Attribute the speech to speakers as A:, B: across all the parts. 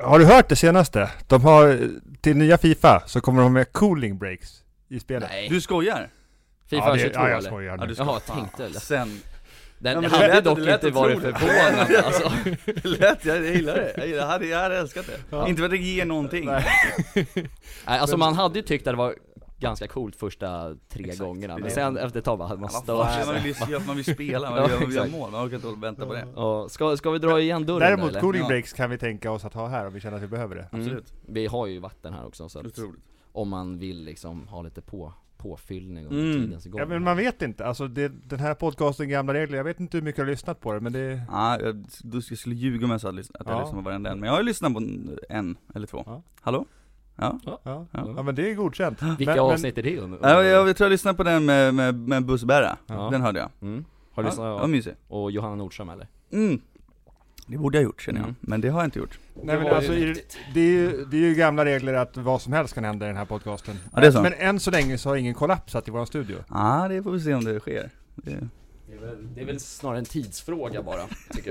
A: Har du hört det senaste? De har, till nya Fifa så kommer de med cooling breaks i spelet.
B: Nej.
C: Du skojar?
A: Ja,
B: Fifa
A: det-
B: 22
A: ja, jag
B: eller?
A: skojar
C: Ja, du
A: nu.
C: skojar.
B: Jaha,
C: Fan,
B: tänkte väl.
C: Sen,
B: Den
C: Ja, men det
B: hade
C: lät-
B: dock
C: det lät
B: inte varit
C: otroligt.
B: förvånande alltså.
C: det lät, jag jag gillar det. Jag, gillar, jag, hade, jag hade älskat det. Inte för att det ger någonting.
B: Nej, alltså man hade ju tyckt att det var ganska coolt första tre gångerna, men
C: det.
B: sen efter ett tag bara hade man
C: Man, fan, man
B: stört
C: vill
B: sig.
C: ju se att man vill spela, man
B: Ja,
C: vill, man vill göra
B: exakt.
C: mål, man orkar inte hålla- vänta på det.
B: Ja, ska, ska vi dra igen dörren då,
A: Däremot
B: eller?
A: cooling
C: Ja.
A: breaks kan vi tänka oss att ha här om vi känner att vi behöver det.
B: Mm.
C: Absolut.
B: Vi har ju vatten här också så att
C: Otroligt.
B: om man vill liksom ha lite på, påfyllning under
C: Mm.
B: tidens gång.
A: Ja men man vet inte, alltså det, den här podcasten Gamla Regler, jag vet inte hur mycket jag har lyssnat på det men det...
C: Ja, jag, du skulle- skulle ljuga om jag sa att lyssna- att jag
A: Ja.
C: lyssnar på varenda en, men jag har ju lyssnat på en- en eller två.
A: Ja.
C: Hallå? Ja.
A: Ja,
C: Ja.
A: ja. men det är godkänt.
B: Vilka
A: men,
B: avsnitt är det? om- om-
C: Ja, jag, jag tror jag lyssnade på den med, med, med Bussbära,
B: Ja.
C: den hörde jag.
B: Mm. Har du
C: ja,
B: lyssnat?
C: Vad mysig.
B: Och Johanna Nordström eller?
C: Mm. Det borde jag gjort känner jag,
B: Mm.
C: men det har jag inte gjort.
A: Men, nej,
B: Det
A: men
B: var
A: alltså,
B: ju
A: i- det, är ju, det är ju gamla regler att vad som helst kan hända i den här podcasten.
C: Ja, det är så.
A: Men än så länge så har ingen kollapsat i våran studio.
C: Ja, ah, det får vi se om det sker. Det...
B: Det är, väl, snarare en tidsfråga bara, tycker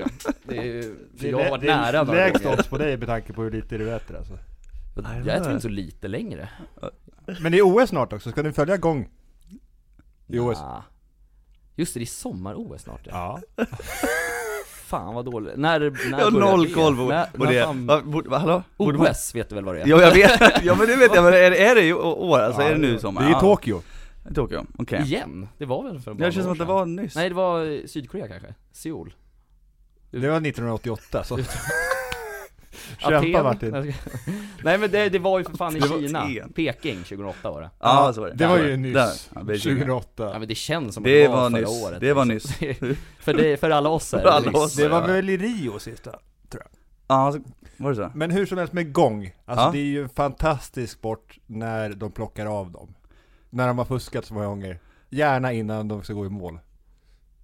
B: jag. Det är ju, för
A: Det är
B: jag
A: lä-
B: har varit
A: det är
B: nära några
A: lägst
B: gånger.
A: odds på dig med tanke på hur lite du äter alltså.
B: Jag äter inte så lite längre.
A: Men det är OS snart också, ska ni följa gång? I OS?
B: Nja. Just det, det är sommar-OS snart ja.
A: Ja.
B: Fan vad dåligt. När, när
C: Jag har
B: börjar
C: noll
B: det?
C: koll på
B: När-
C: på
B: när
C: det.
B: fan- Oh,
C: Va, borde, va, hallå? Borde man-
B: OS vet du väl vad det är?
C: Ja jag vet, ja men det vet jag, men är, det- är det i år? Alltså är det nu i sommar?
A: Det är i Tokyo.
C: Ja, Tokyo, okej.
B: Igen? Det var väl för bara
C: Det
B: några
C: känns som
B: år
C: att det
B: sedan.
C: var nyss.
B: Nej det var eh, Sydkorea kanske? Seoul?
A: Det var 1988 så...
B: Aten?
A: Kämpa Martin.
B: Nej men det, det var ju för fan i
C: Det var
B: Kina,
C: Aten.
B: Peking 2008 var det
C: Ja, så var det.
A: Det var ju
C: Där.
A: nyss.
C: Ja, Beijing.
A: 2008.
B: Ja men det känns som att
C: Det
B: det
C: var
B: var förra
C: nyss.
B: året
C: Det var
B: liksom.
C: nyss.
B: för, det, för alla oss är
C: För alla
B: det nyss.
C: oss.
A: Det var väl i Rio sista?
C: Ja, så, var det så?
A: Men hur som helst med gång, alltså
C: Ja.
A: det är ju en fantastisk sport när de plockar av dem. När de har fuskat så många gånger. Gärna innan de ska gå i mål.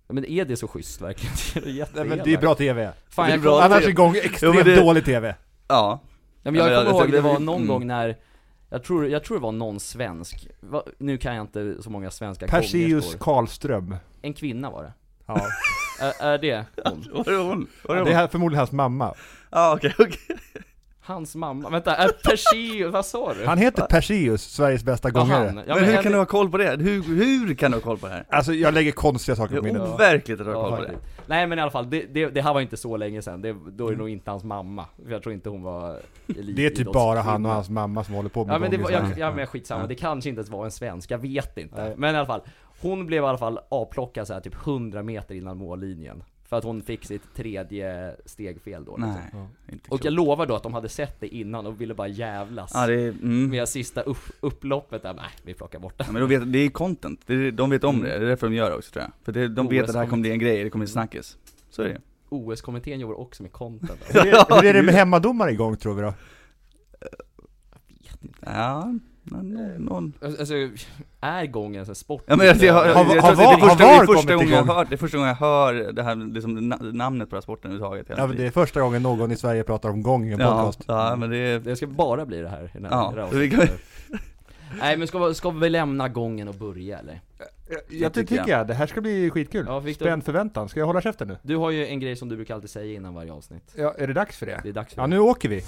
B: Ja, Men är det så schysst verkligen? Det är ju
A: Nej,
B: jätteelakt.
A: men det är bra TV.
B: Fan,
C: Det är
B: jag
C: bra
B: kom-
A: Annars
C: TV.
A: är gång
C: Jo,
A: extremt
C: men det-
A: dålig TV.
C: Ja.
B: Ja, men jag
C: Ja, men jag-
B: kommer
C: jag
B: ihåg det
C: tror-
B: var någon
C: mm.
B: gång när, jag tror, jag tror det var någon svensk, va, nu kan jag inte så många svenska
A: Perseus
B: gångerskor.
A: Karlström.
B: En kvinna var det.
A: Ja.
B: Är, är det hon?
C: Var det hon? Var
A: Det är här- förmodligen hans mamma.
C: Ja okej, okej.
B: Hans mamma, vänta, är Perseus, vad sa du?
A: Han heter Perseus, Sveriges bästa
B: Ja, han.
A: gångare.
B: Ja,
C: Men hur
B: jag-
C: kan du ha koll på det? Hur, hur kan du ha koll på det här?
A: Alltså jag lägger konstiga saker
C: Det
A: på minnet.
C: är overkligt att du har
B: Ja,
C: koll på det.
B: faktiskt. Nej men i alla fall, det, det, det här var inte så länge sedan, det, då är det nog inte hans mamma, för jag tror inte hon var elit-
A: Mm. Det är typ bara han och hans mamma som håller på med
B: Ja men det var,
A: gånger.
B: jag, ja men skitsamma, det kanske inte ens var en svensk, jag vet inte. Men i alla fall, hon blev i alla fall avplockad så här typ 100 meter innan mållinjen. För att hon fick sitt tredje stegfel då. liksom.
C: Nej, inte
B: Och
C: klokt.
B: jag lovar då att de hade sett det innan och ville bara jävlas.
C: Ja det är, mm.
B: Med sista upp, upploppet där, nej vi plockar bort
C: Ja,
B: den.
C: men de vet, det är content, det är, de vet om det, det är därför de gör det också tror jag. För det, de vet att det här kommer bli en grej, det kommer bli snackis. Så är det
B: OS-kommittén jobbar också med content.
A: Hur är- Hur är det med hemmadomare igång tror vi då?
C: Ja,
A: Eh,
C: någon, någon.
B: Alltså, är gången en sport?
C: Ja men alltså, jag, jag, jag, jag,
A: Har-
C: tror
A: har
C: att det är
A: var- har VAR
C: första, det är första
A: kommit
C: gången jag
A: igång?
C: hör, det är första gången jag hör det här liksom, na- namnet på den här sporten överhuvudtaget. hela
A: Ja, men det
C: tiden.
A: är första gången någon i Sverige pratar om gång i en
C: ja,
A: podcast.
C: ja men det är,
B: Det ska bara bli det här, i den här
C: Ja,
B: det här
C: så vi
B: avsnittet. Nej men ska, vi- ska vi lämna gången och börja eller?
A: Jag tycker jag. det här ska bli skitkul.
B: Ja, Viktor.
A: Spänd förväntan. Ska jag hålla käften nu?
B: Du har ju en grej som du brukar alltid säga innan varje avsnitt.
A: Ja, är det dags för
B: Det är dags för
A: Ja,
B: det.
A: nu åker vi.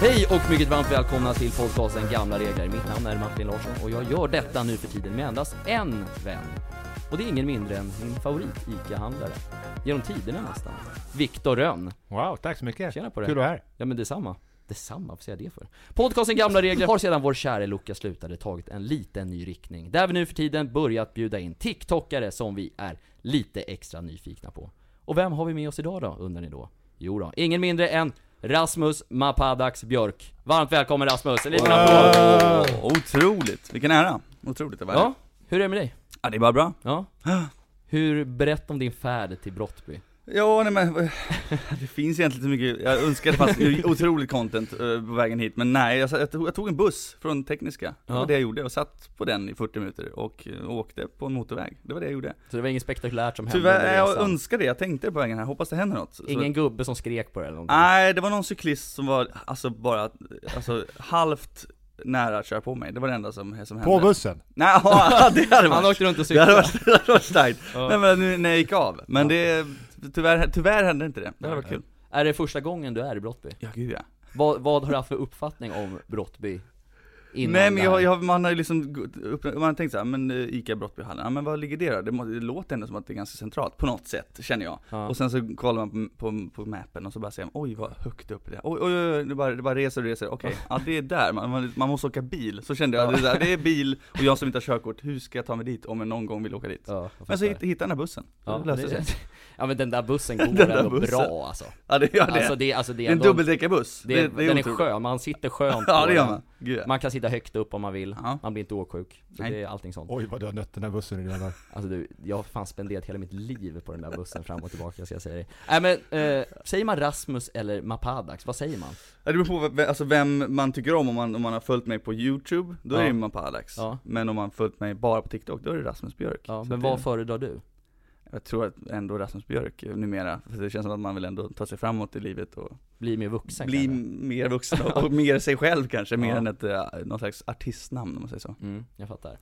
B: Hej och mycket varmt välkomna till podcasten Gamla Regler. Mitt namn är Martin Larsson och jag gör detta nu för tiden med endast en vän. Och det är ingen mindre än min favorit ICA-handlare. Genom tiderna nästan. Viktor Rönn.
A: Wow, tack så mycket.
B: Tjena på dig.
A: Kul att vara här.
B: Ja men detsamma. Detsamma, varför säger jag det för? Podcasten Gamla Regler har sedan vår käre Luca slutade tagit en liten ny riktning. Där vi nu för tiden börjat bjuda in TikTokare som vi är lite extra nyfikna på. Och vem har vi med oss idag då, undrar ni då? Jo då, ingen mindre än Rasmus Mapadax Björk. Varmt välkommen Rasmus! En liten applåd!
A: Ah.
C: Åh, otroligt, vilken ära. Otroligt det var.
B: Ja, hur är det med dig?
C: ja, det är bara bra.
B: Ja? Hur, berätta om din färd till Brottby.
C: Ja, nej men, det finns egentligen inte så mycket, jag önskar det fanns otroligt content eh, på vägen hit, men nej, jag, sa- jag, tog, jag tog en buss från tekniska, det
B: Ja.
C: var det jag gjorde, och satt på den i 40 minuter och eh, åkte på en motorväg, det var det jag gjorde.
B: Så det var inget spektakulärt som hände
C: Tyvärr,
B: under
C: jag
B: resan.
C: önskar det, jag tänkte på vägen här, hoppas det händer något. Så-
B: Ingen gubbe som skrek på det eller någonting.
C: Nej, det var någon cyklist som var, alltså bara, alltså halvt nära att köra på mig, det var det enda som, som hände.
A: På bussen?
C: Nej, ja, det hade
B: Han
C: varit,
B: åkte runt och
C: det hade
B: cyklade.
C: varit, det hade varit starkt.
B: Ja.
C: Nej men nu när jag gick av, men det, tyvärr, tyvärr hände inte det, det hade varit
B: Nej.
C: kul.
B: Är det första gången du är i Brottby?
C: Ja, gud ja.
B: Vad, vad har du haft för uppfattning om Brottby? Innan
C: Nej men
B: det här?
C: jag, jag, man har ju liksom, gått upp- man har tänkt såhär, men eh, ICA Brottbyhallen, ja men var ligger det då? Det, må, det låter ändå som att det är ganska centralt, på något sätt, känner jag.
B: Ja.
C: Och sen så kollar man på, på, på mappen och så bara ser man, oj vad högt upp det är. Oj, oj, oj, det bara, det bara reser och reser, okej, ja det är där, man, man, man måste åka bil. Så kände jag, det är, där, det är bil, och jag som inte har körkort, hur ska jag ta mig dit om jag någon gång vill åka dit?
B: Ja, jag fattar.
C: Men så hitt, hittade den här bussen,
B: ja,
C: det löste sig.
B: det, ja men den där bussen går
C: där
B: ändå
C: bussen.
B: bra alltså.
C: Ja det gör det.
B: Alltså det, alltså det
C: det
B: är
C: är en
B: ändå,
C: dubbeldäckarbuss.
B: det, är- den är
C: otroligt.
B: skön, man sitter skönt
C: Ja
B: på
C: det gör
B: den.
C: man. Gud, ja.
B: Man kan sitta högt upp om man vill,
C: Ja.
B: man blir inte åksjuk. Så
C: Nej.
B: det är allting sånt.
A: Oj vad du har nött den här bussen i dina dagar.
B: Alltså du, jag har fan spenderat hela mitt liv på den där bussen fram och tillbaka ska jag säga dig. Nej men, eh, säger man Rasmus eller Mapadax, vad säger man?
C: Ja, det beror på vem, alltså vem man tycker om, om man, om man har följt mig på youtube, då
B: Ja.
C: är det man på Alex.
B: Ja.
C: Men om man följt mig bara på TikTok, då är det Rasmus Björk.
B: Ja,
C: Så
B: men
C: att det-
B: vad föredrar du?
C: Jag tror att ändå Rasmus Björk eh, numera, för det känns som att man vill ändå ta sig framåt i livet och
B: Bli mer vuxen
C: bli
B: kanske?
C: mer vuxen och, och mer sig själv kanske, mer
B: Ja.
C: än ett, eh, någon slags artistnamn om man säger så.
B: Mm, jag fattar.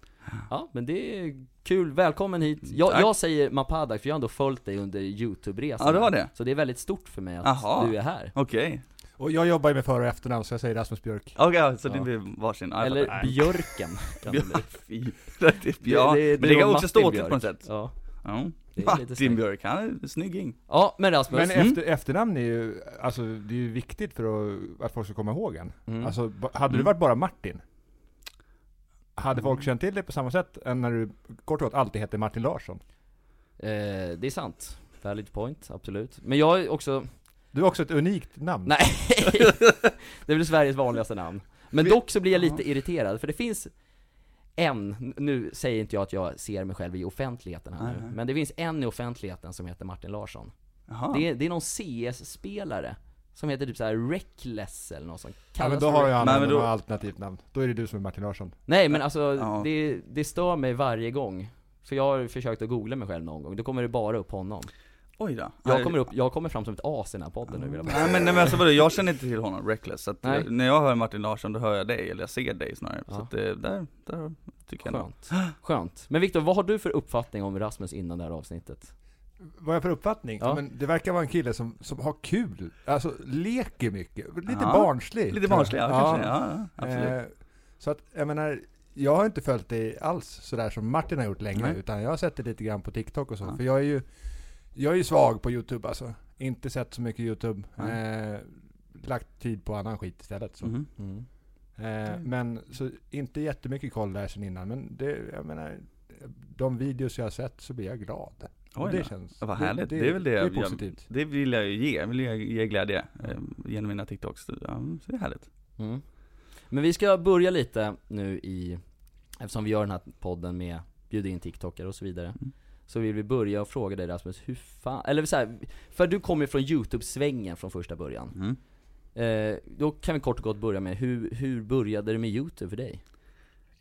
B: Ja, men det är kul. Välkommen hit. Jag,
C: Tack.
B: jag säger Mapadax för jag har ändå följt dig under YouTube-resan.
C: Ja, det var det.
B: Så det är väldigt stort för mig att
C: Aha.
B: du är här.
C: Okej, okej,
A: Och jag jobbar ju med för och efternamn så jag säger Rasmus Björk.
C: ja, så
B: Ja.
C: det blir varsin. Ja, jag
B: Eller
C: fattar.
B: Björken kan det bli.
C: Ja, fy. Det är- Ja,
B: Det- det-
C: men
B: det
C: det
B: var
C: kan också
B: Martin
C: stå till
B: Björk.
C: på något sätt.
B: Ja.
C: Ja.
B: Det är lite
C: Martin
B: snyggt.
C: Björk, han är en snygging.
B: ja, men Rasmus.
A: Men
C: Mm.
A: efter, efternamn är ju, alltså det är ju viktigt för att, att folk ska komma ihåg en.
B: Mm.
A: Alltså, ba- hade du
C: Mm.
A: varit bara Martin? Hade folk känt till dig på samma sätt än när du kort och gott alltid hette Martin Larsson?
B: Eh, det är sant. Valid point, absolut. Men jag är också,
A: Du har också ett unikt namn.
B: Nej. det är väl Sveriges vanligaste namn. Men
C: Vi-
B: dock så blir jag
C: Ja.
B: lite irriterad, för det finns en, nu säger inte jag att jag ser mig själv i offentligheten här nu,
C: Nej, nej.
B: men det finns en i offentligheten som heter Martin Larsson.
C: Jaha.
B: Det, är, det är någon CS-spelare som heter typ såhär Reckless eller något sånt.
A: Ja, men
B: Kallas
A: då
B: för-
A: har jag
C: Nej, men
A: använt
C: då-
A: något alternativt namn. Då är det du som är Martin Larsson.
B: Nej men alltså,
C: Ja.
B: det, det stör mig varje gång. För jag har försökt att googla mig själv någon gång, då kommer det bara upp honom.
C: Oj då.
B: Jag
C: Ja,
B: kommer, upp, jag kommer fram som ett as i den här podden nu vill jag bara
C: Nej men, nej, men alltså vadå, jag känner inte till honom, Reckless, så att
B: Nej.
C: eh, när jag hör Martin Larsson då hör jag dig, eller jag ser dig snarare,
B: Ja.
C: så att eh, där, där tycker jag nog.
B: Skönt. Skönt. Men Viktor, vad har du för uppfattning om Rasmus innan det här avsnittet?
A: Vad är jag för uppfattning?
B: Ja.
A: Men det verkar vara en kille som, som har kul, alltså leker mycket, lite
C: Ja.
A: barnslig. tror
C: Lite
A: jag.
C: barnslig, ja, kanske, ja, ja absolut.
A: Eh, så att, jag menar, jag har inte följt dig alls sådär som Martin har gjort längre,
C: Nej.
A: utan jag har sett det lite grann på TikTok och så.
C: Ja.
A: För jag är ju, jag är ju svag på YouTube alltså. Inte sett så mycket YouTube. Eh, lagt tid på annan skit istället. Så.
C: Mhm.
A: Eh, men så inte jättemycket koll där sen innan, men det, jag menar, de videos jag har sett så blir jag glad.
C: Oj
A: det
C: då.
A: känns...
C: Vad härligt, det är väl det
A: Det är
C: jag-
A: positivt.
C: Det vill jag ju ge, jag vill ju ge glädje eh, genom mina TikToks, ja, mm, så det är härligt.
B: Mm. Men vi ska börja lite nu i, eftersom vi gör den här podden med bjuda in TikTokare och så vidare.
C: Mm.
B: Så vill vi börja och fråga dig Rasmus, hur fan, eller så här, för du kommer ju från YouTube-svängen från första början.
C: Mm.
B: Eh, då kan vi kort och gott börja med, hur, hur började det med YouTube för dig?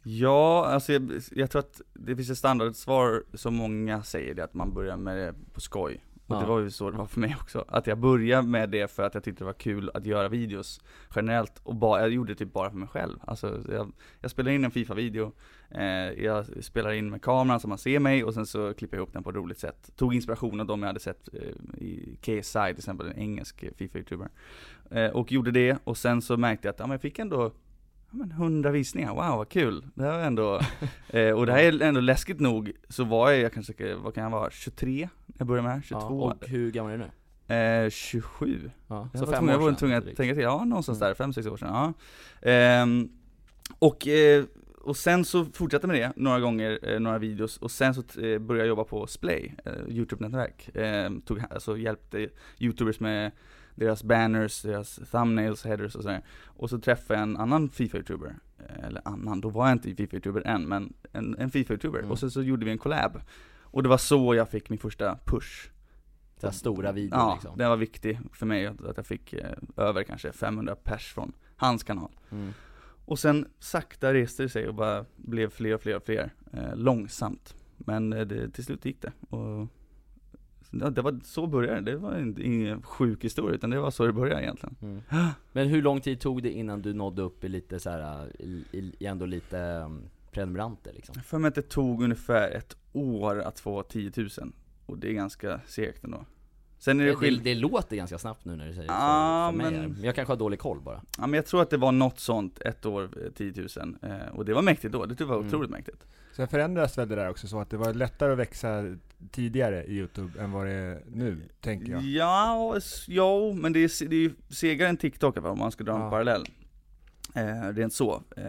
C: Ja, alltså jag, jag tror att det finns ett standardsvar som många säger det, att man börjar med det på skoj. Och
B: Ja.
C: det var ju så det var för mig också, att jag började med det för att jag tyckte det var kul att göra videos generellt och bara, jag gjorde det typ bara för mig själv. Alltså jag, jag spelar in en FIFA-video, eh, jag spelar in med kameran så man ser mig och sen så klipper jag ihop den på ett roligt sätt. Tog inspiration av dem jag hade sett eh, i KSI till exempel, en engelsk FIFA-youtuber. Eh, och gjorde det och sen så märkte jag att, ja men jag fick ändå Ja, men 100 visningar, wow vad kul! Det här var ändå, eh, och det här är ändå läskigt nog, så var jag, jag kanske, vad kan jag vara, 23 när jag började med det här? 22?
B: Ja, och hur gammal är du nu?
C: Eh, 27?
B: Ja,
C: Jag var tvungen, jag var tvungen att
B: drygt.
C: tänka till, ja någonstans
B: Mm.
C: där, 5-6 år sedan. Ja. Ehm, och, eh, och sen så fortsatte med det några gånger, eh, några videos, och sen så eh, började jag jobba på Splay, eh, Youtube-nätverk. Ehm, tog, alltså hjälpte Youtubers med deras banners, deras thumbnails, headers och sådär. Och så träffade jag en annan Fifa-youtuber, eh, eller annan, då var jag inte Fifa-youtuber än, men en, en Fifa-youtuber.
B: Mm.
C: Och sen så gjorde vi en collab. Och det var så jag fick min första push.
B: Så här stora videor
C: Ja,
B: liksom.
C: den var viktig för mig att att jag fick eh, över kanske 500 pers från hans kanal.
B: Mm.
C: Och sen sakta reste det sig och bara blev fler och fler och fler. Eh, långsamt. Men eh, det, till slut gick det. Och, ja, det var så började det. Det var en- ingen sjuk historia utan det var så det började egentligen.
B: Mm. Men hur lång tid tog det innan du nådde upp i lite så här, i, i, i ändå lite um, prenumeranter liksom?
C: Jag för mig att det tog ungefär ett år att få 10 000. Och det är ganska segt ändå. Sen är
B: Det,
C: det
B: det,
C: skill-
B: det låter ganska snabbt nu när du säger det
C: Ah,
B: för, för mig
C: men-
B: här. men jag kanske har dålig koll bara.
C: Ja men jag tror att det var något sånt, ett år, eh, 10 000. Eh, och det var mäktigt då, det tyckte jag var
B: Mm.
C: otroligt mäktigt.
A: Sen förändras väl det där också så att det var lättare att växa tidigare i Youtube än vad det är nu, tänker jag.
C: Ja, s- jo, men det är, se- det är ju segare än TikTok va, om man ska dra
A: Ja.
C: en parallell. Eh, rent så. Eh,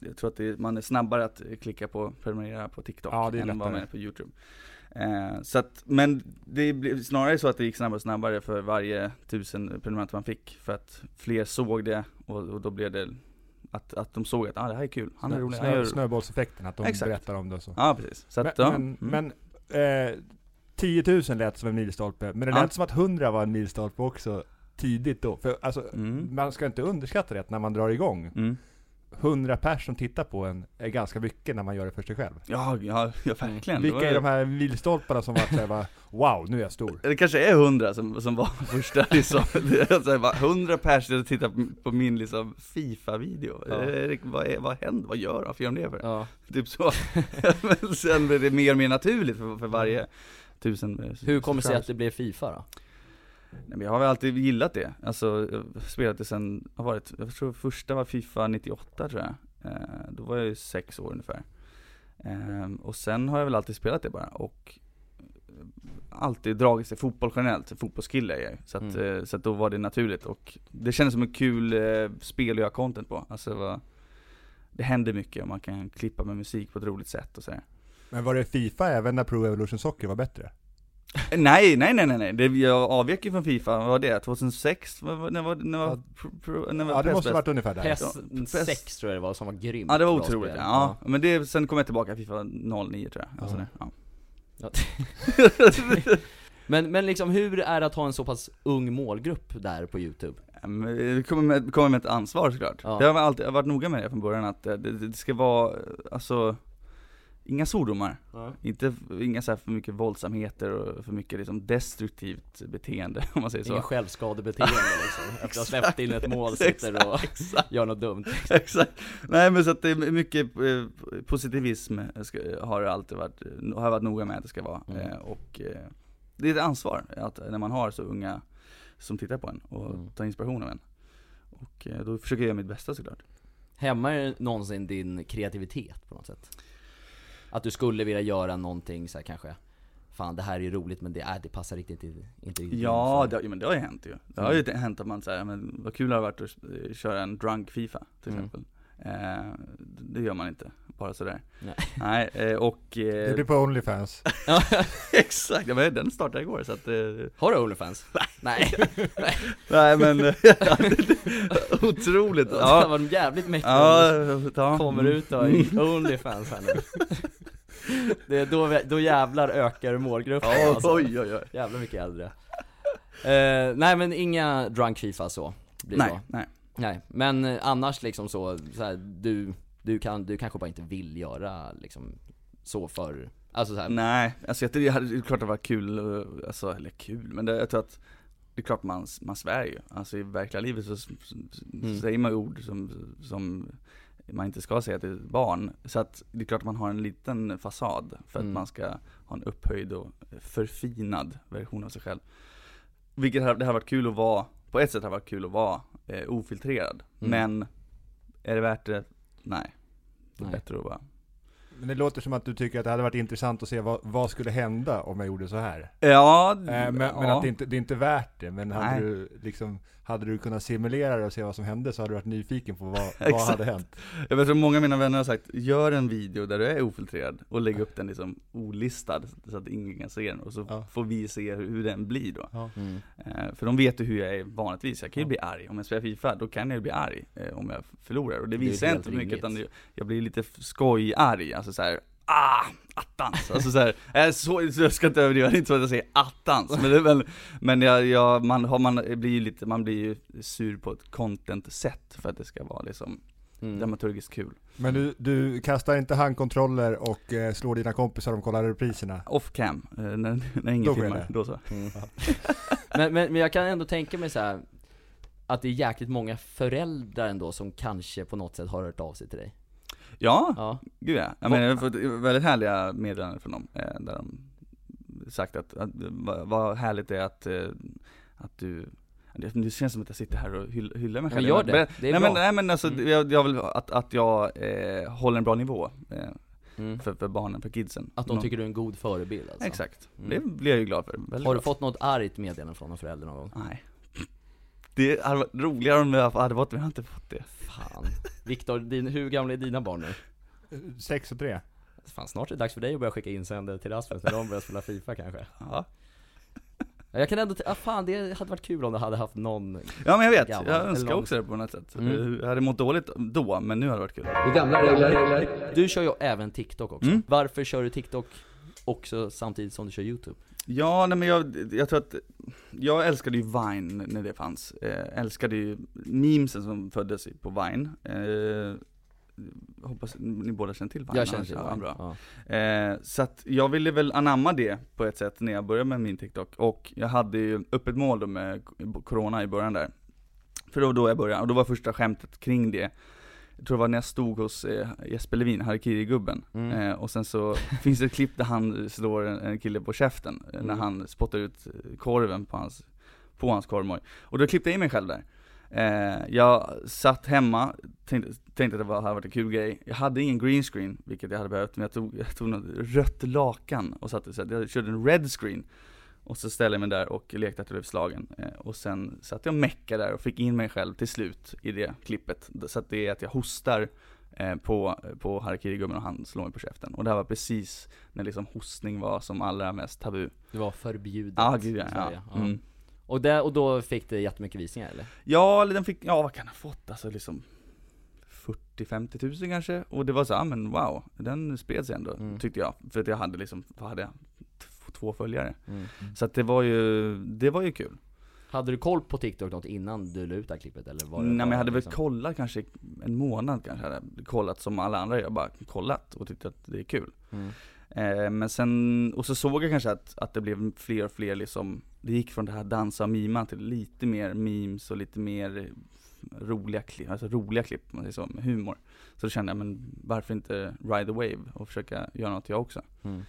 C: jag tror att det, är- man är snabbare att klicka på prenumerera på TikTok
A: Ja, det är
C: än vad man
A: lättare.
C: är på YouTube. Eh, så att, men det blev snarare så att det gick snabbare och snabbare för varje tusen prenumeranter man fick. För att fler såg det och, och då blev det att, att de såg att ah, det här är kul, han är
A: Snö-
C: rolig, han
A: snö,
C: gör...
A: snöbollseffekten, att de
C: Exakt.
A: berättar om det och så.
C: Ja precis. Så att,
A: men,
C: ja.
A: men,
C: Mm.
A: men eh, 10 000 lät som en milstolpe, men det
C: Ja.
A: lät som att 100 var en milstolpe också tidigt då. För alltså,
C: Mm.
A: man ska inte underskatta det att när man drar igång.
C: Mm.
A: 100 pers som tittar på en är ganska mycket när man gör det för sig själv.
C: Ja, ja, ja verkligen. Det var-
A: Vilka är de här milstolparna som var såhär bara, wow, nu är jag stor.
C: Det kanske är hundra som, som var första liksom, Det är så här bara hundra pers som tittar på min liksom Fifa-video.
B: Ja.
C: Eh, Vad, är, vad händer, vad gör de, varför gör de det för?
B: Ja.
C: Typ så. Men sen blir det mer och mer naturligt för, för varje tusen eh,
B: Hur kommer det sig att
C: subscribers.
B: det blev Fifa då?
C: Nej, men jag har väl alltid gillat det, alltså jag har spelat det sen, har varit, jag tror första var Fifa 98 tror jag eh, Då var jag ju sex år ungefär eh, Och sen har jag väl alltid spelat det bara och eh, Alltid dragit sig fotboll generellt, fotbollskille är jag ju. så, att,
B: Mm.
C: eh, så att då var det naturligt och Det kändes som en kul eh, spel att göra content på, alltså det, var, det händer mycket och man kan klippa med musik på ett roligt sätt och sådär
A: Men var det Fifa även när Pro Evolution Soccer var bättre?
C: Nej, nej, nej, nej, nej. Det, jag avvek ju från Fifa, vad var det? 2006? Vad var- När var, när var,
A: Ja.
C: pro- pro- när var
A: Ja, det
C: PES
A: måste
C: bäst?
A: varit ungefär där.
B: PES
C: PES
B: 6 tror jag det var som var grymt
C: Ja det var
B: bra
C: otroligt,
B: spel.
C: ja. Men det, sen kom jag tillbaka till Fifa 09 tror jag, alltså,
A: Ja.
C: det, ja.
B: Ja. Men, men liksom hur är det att ha en så pass ung målgrupp där på youtube?
C: Men Det Ehm, kommer med, kommer med ett ansvar såklart.
B: Ja.
C: Det har jag alltid, jag har varit noga med det från början att eh, det, det, det ska vara, alltså Inga svordomar, inte, inga så här för mycket våldsamheter och för mycket liksom destruktivt beteende om man säger så
B: Ingen självskadebeteende liksom, att jag släppt in ett mål, sitter och
C: Exakt,
B: gör något dumt
C: exakt. Nej men så att det är mycket eh, positivism eh, ska, har det alltid varit, eh, har jag varit noga med att det ska vara.
B: Mm.
C: Eh, och eh, det är ett ansvar att, när man har så unga som tittar på en och
B: Mm.
C: tar inspiration av en. Och eh, då försöker jag göra mitt bästa såklart.
B: Hämmar det någonsin din kreativitet på något sätt? Att du skulle vilja göra någonting så här kanske Fan det här är ju roligt men det, äh, det passar riktigt inte, inte riktigt
C: Ja,
B: in för-
C: det, ja men det har ju hänt ju. Det har ju
B: Mm.
C: hänt att man säger, men vad kul det har varit att eh, köra en drunk FIFA till
B: Mm.
C: exempel. Eh, det gör man inte, bara sådär.
B: Nej.
C: Nej, eh, och...
A: Det
C: Eh,
A: blir på Onlyfans.
C: exakt, ja, men den startade igår så att eh,
B: Har du Onlyfans? Nej!
C: Nej men, otroligt.
B: Det
C: Ja,
B: var jävligt mäktigt
C: ja, Mm. ja.
B: kommer ut och har Onlyfans här nu det är då, vi- då jävlar ökar målgruppen
C: Ja,
B: alltså.
C: oj oj oj.
B: Jävlar mycket äldre Eh, Nej men inga drunk FIFA så blir det
C: Nej,
B: då.
C: nej.
B: Nej, men eh, annars liksom så, så här, du, du, kan, du kanske bara inte vill göra liksom så för, alltså så här,
C: Nej, alltså jag, det hade det är klart det var kul, eh, alltså, eller kul, men det, jag tror att det är klart man, man svär ju. Alltså i verkliga livet så, så, så
B: Mm.
C: säger man ju ord som, som man inte ska säga till barn. Så att det är klart man har en liten fasad för att
B: Mm.
C: man ska ha en upphöjd och förfinad version av sig själv. Vilket har- det har varit kul att vara, på ett sätt har det varit kul att vara eh, ofiltrerad.
B: Mm.
C: Men är det värt det? Nej. Det är
B: Nej.
C: bättre att bara
A: Men det låter som att du tycker att det hade varit intressant att se vad, vad skulle hända om jag gjorde så här.
C: Ja, d-
A: Eh, men, men
C: ja.
A: att det inte, det är inte värt det. Men hade
C: Nej.
A: du, liksom, hade du kunnat simulera det och se vad som hände så hade du varit nyfiken på vad, vad
C: Exakt.
A: hade hänt.
C: Jag vet att många av mina vänner har sagt, gör en video där du är ofiltrerad och lägg upp den liksom olistad så att ingen kan se den och så
A: Ja.
C: får vi se hur, hur den blir då.
B: mm.
C: Eh, för de vet ju hur jag är vanligtvis, jag kan ju
A: Ja.
C: bli arg. Om jag spelar Fifa, då kan jag ju bli arg eh, om jag förlorar. Och det
B: Det är
C: visar
B: helt
C: jag inte så mycket
B: rimligt.
C: utan det- jag blir lite f- skojarg, alltså så här, ah, attans. Alltså så här, jag, så, så jag ska inte överdriva, det är inte så att jag säger attans, men, det är väl, men jag, jag, man, har, man, blir ju lite, man blir ju sur på ett content-sätt för att det ska vara liksom
B: Mm.
C: dramaturgiskt kul.
A: Men du, du kastar inte handkontroller och eh, slår dina kompisar om kollar repriserna?
C: Off cam, eh, när, när ingen
A: Då sker
C: filmar,
A: det.
C: då så.
B: Mm. men, men, men jag kan ändå tänka mig så här att det är jäkligt många föräldrar ändå som kanske på något sätt har hört av sig till dig.
C: Ja,
B: Ja.
C: Gud ja. Jag
B: Va-
C: menar, jag har fått väldigt härliga meddelanden från dem, eh, där de sagt att, att vad, vad härligt det är att, eh, att du det, nu känns det som att jag sitter här och hyll- hyllar mig
B: Ja, men
C: själv
B: gör det. Det är bra.
C: nej, men, nej men alltså,
B: Mm.
C: jag, jag vill att, att jag eh, håller en bra nivå eh,
B: Mm.
C: för, för barnen, för kidsen
B: Att de
C: Nå-
B: tycker du är en god förebild alltså.
C: Mm. Exakt,
B: Mm.
C: det blir jag ju glad för, Väldigt
B: Har du
C: glad.
B: fått något argt meddelande från någon förälder någon gång?
C: Nej Det hade varit roligare om jag hade fått det, men jag har inte fått det
B: Fan. Viktor, din, hur gamla är dina barn nu?
A: Eh, Sex och tre?
B: Fan, snart är det dags för dig att börja skicka insändare till Rasmus när de börjar spela FIFA kanske.
C: Ja,
B: Ja, Jag kan ändå, t- ah, fan det hade varit kul om du hade haft någon
C: ja men jag vet,
B: Gammal,
C: jag
B: eller
C: önskar
B: lång.
C: också det på något sätt
B: Mm.
C: Jag hade mått dåligt då, men nu hade det varit kul
B: Du kör ju även TikTok också.
C: Mm.
B: Varför kör du TikTok också samtidigt som du kör YouTube?
C: Ja, nej men jag, jag tror att, jag älskade ju Vine när det fanns. Eh, älskade ju memesen som föddes på Vine. Eh, hoppas ni båda känner till Vine?
B: jag känner
C: annars-
B: till
C: ja,
B: Vine.
C: bra.
B: Ja.
C: Eh, så att jag ville väl anamma det på ett sätt när jag började med min TikTok. Och jag hade ju öppet mål då med Corona i början där. För då, då jag började, och då var första skämtet kring det jag tror det var när jag stod hos eh, Jesper Levin, Harikiri-gubben,
B: Mm.
C: eh, och sen så finns det ett klipp där han slår en, en kille på käften, eh, när
B: Mm.
C: han spottar ut eh, korven på hans, på hans korvmoj. Och då klippte jag in mig själv där. Eh, jag satt hemma, tänkte, tänkte att det var, hade varit en kul grej. Jag hade ingen green screen, vilket jag hade behövt, men jag tog, jag tog något rött lakan och satte så att jag körde en red screen. Och så ställde jag mig där och lekte att jag blev slagen. Eh, och sen satt jag och meckade där och fick in mig själv till slut i det klippet. Så att det är att jag hostar eh, på, på Harakiri-gubben och han slår mig på käften. Och det här var precis när liksom hostning var som allra mest tabu.
B: Det var förbjudet
C: Ah, gud, ja,
B: i
C: ja.
B: Sverige. Ja.
C: Mm.
B: Och, där, och då fick det jättemycket visningar eller?
C: Ja, eller den fick, ja vad kan den ha fått? Alltså liksom 40-50 tusen kanske? Och det var så, ja men wow, den spred sig ändå
B: Mm.
C: tyckte jag. För att jag hade liksom, vad hade jag? T- Två följare. Så att det var ju, det var ju kul.
B: Hade du koll på TikTok något innan du la ut det här klippet eller var det
C: Nej men jag hade
B: liksom-
C: väl kollat kanske en månad kanske, hade jag kollat som alla andra gör, bara kollat och tyckte att det är kul.
B: Mm.
C: Eh, men sen, och så såg jag kanske att, att det blev fler och fler liksom, det gick från det här dansa och mima till lite mer memes och lite mer roliga klipp, alltså roliga klipp om man säger så, med humor. Så då kände jag, men varför inte ride the wave och försöka göra något jag också?
B: Mm.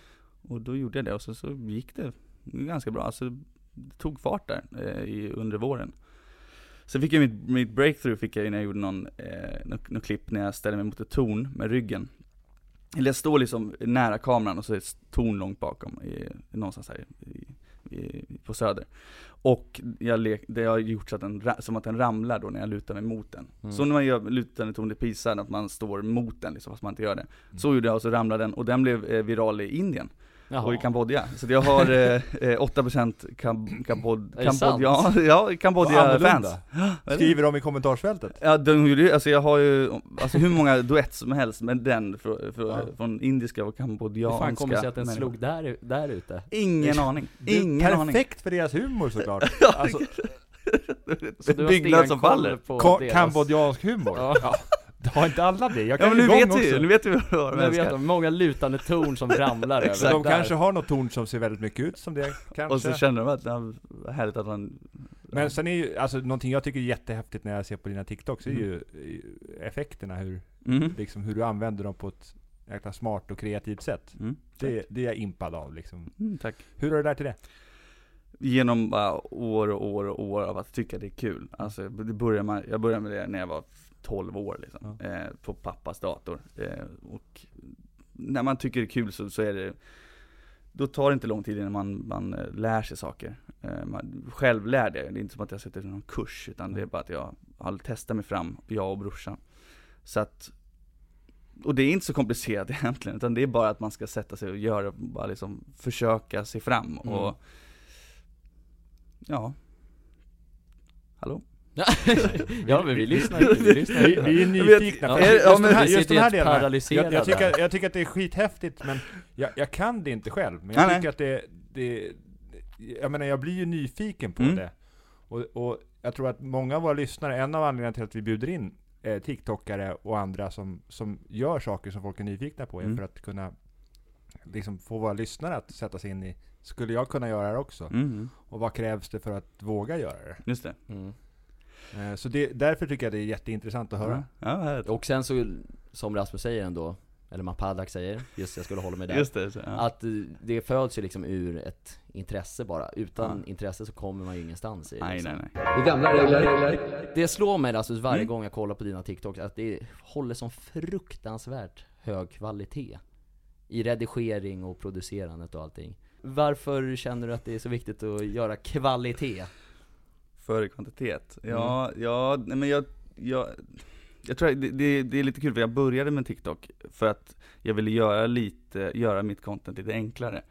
C: Och då gjorde jag det och så, så gick det ganska bra, alltså det tog fart där eh, i, under våren. Sen fick jag mitt, mitt breakthrough fick jag ju när jag gjorde någon, eh, något, något klipp när jag ställde mig mot ett torn med ryggen. Eller jag står liksom nära kameran och så är ett torn långt bakom, i, någonstans här i, i, på söder. Och jag le, det har gjort så att den, ra- som att den ramlar då när jag lutar mig mot den.
B: Mm.
C: Så när man gör lutande torn i pisan, att man står mot den liksom, fast man inte gör det. Så gjorde jag och så ramlade den och den blev eh, viral i Indien
B: Jaha.
C: och i Kambodja. Så att jag har eh, eh, 8% kam, kambod,
B: Är det sant?
C: Kambodja, ja,
A: Vad
C: Kambodja-fans.
A: annorlunda. Skriver de i kommentarsfältet?
C: Ja, de gjorde ju, alltså jag har ju, alltså hur många duett som helst med den från, från,
A: Ja.
C: från indiska och
B: Hur
C: kambodjanska
B: fan kommer det sig att den
C: människor.
B: slog där, där ute?
C: Ingen aning,
A: Det är
C: ingen aning.
A: Perfekt för deras humor såklart. Alltså,
B: Så du har
C: Byggnad som
B: stenkoll
C: faller.
B: på
A: Ka-
B: deras-
A: Kambodjansk humor?
B: Ja.
A: Ja. Det har inte alla det? Jag
C: Ja
A: kan
C: men
A: ju
C: nu
A: igång
C: vet
A: också.
C: vi ju, nu vet vi vad de
B: Men vet
C: älskar.
B: du, många lutande torn som ramlar över.
A: De
B: Där.
A: kanske har något torn som ser väldigt mycket ut som det, kanske.
C: Och så känner de att, ja, vad härligt att man
A: Men sen är ju, alltså någonting jag tycker är jättehäftigt när jag ser på dina TikToks
B: Mm.
A: är ju eh, effekterna, hur,
C: Mm.
A: liksom, hur du använder dem på ett jäkla smart och kreativt sätt.
C: Mm.
A: Det, det är jag impad av liksom.
C: Mm, tack.
A: Hur har du lärt dig det?
C: Genom bara år och år och år av att tycka det är kul. Alltså, det börjar man, jag började med det när jag var 12 år liksom, eh, på pappas dator. Eh, och när man tycker det är kul så, så är det, då tar det inte lång tid innan man, man eh, lär sig saker. Eh, man, själv lärde jag, det är inte som att jag sitter i någon kurs, utan det är bara att jag har testat mig fram, jag och brorsan. Så att, och det är inte så komplicerat egentligen, utan det är bara att man ska sätta sig och göra, bara liksom försöka sig fram och Ja. Hallå?
B: ja men vi lyssnar ju, vi lyssnar
A: Vi,
B: ju.
A: vi är
C: vet-
A: nyfikna.
B: Ja,
A: för
C: ja,
A: just
C: men
A: de här,
B: vi
A: just
B: sitter
A: de här
B: helt
A: delarna. Jag,
B: paralyserade.
A: jag, tycker, jag tycker att det är skithäftigt, men jag, jag kan det inte själv. Men
C: Nej,
A: jag
C: nej.
A: tycker att det, det... Jag menar, jag blir ju nyfiken på
C: Mm.
A: det. Och, och jag tror att många av våra lyssnare, en av anledningarna till att vi bjuder in eh, TikTokare och andra som, som gör saker som folk är nyfikna på, är
C: Mm.
A: för att kunna liksom, få våra lyssnare att sätta sig in i, skulle jag kunna göra det också?
C: Mm.
A: Och vad krävs det för att våga göra det?
C: Just det.
B: Mm.
A: Eh, Så det, därför tycker jag det är jätteintressant att höra.
C: Ja, härligt.
B: Och sen så, som Rasmus säger ändå, eller Mapadak säger, just jag skulle hålla mig där.
C: Just det. Så, ja.
B: Att eh, det föds ju liksom ur ett intresse bara. Utan
C: Ja.
B: intresse så kommer man ju ingenstans i det.
C: Nej,
B: liksom.
C: nej, nej.
B: Det slår mig Rasmus varje
C: Mm.
B: gång jag kollar på dina TikToks att det håller som fruktansvärt hög kvalitet. I redigering och producerandet och allting. Varför känner du att det är så viktigt att göra kvalitet?
C: Före kvantitet? Ja, ja, nej men jag, jag, jag tror att det, det, det är lite kul för jag började med TikTok för att jag ville göra lite, göra mitt content lite enklare.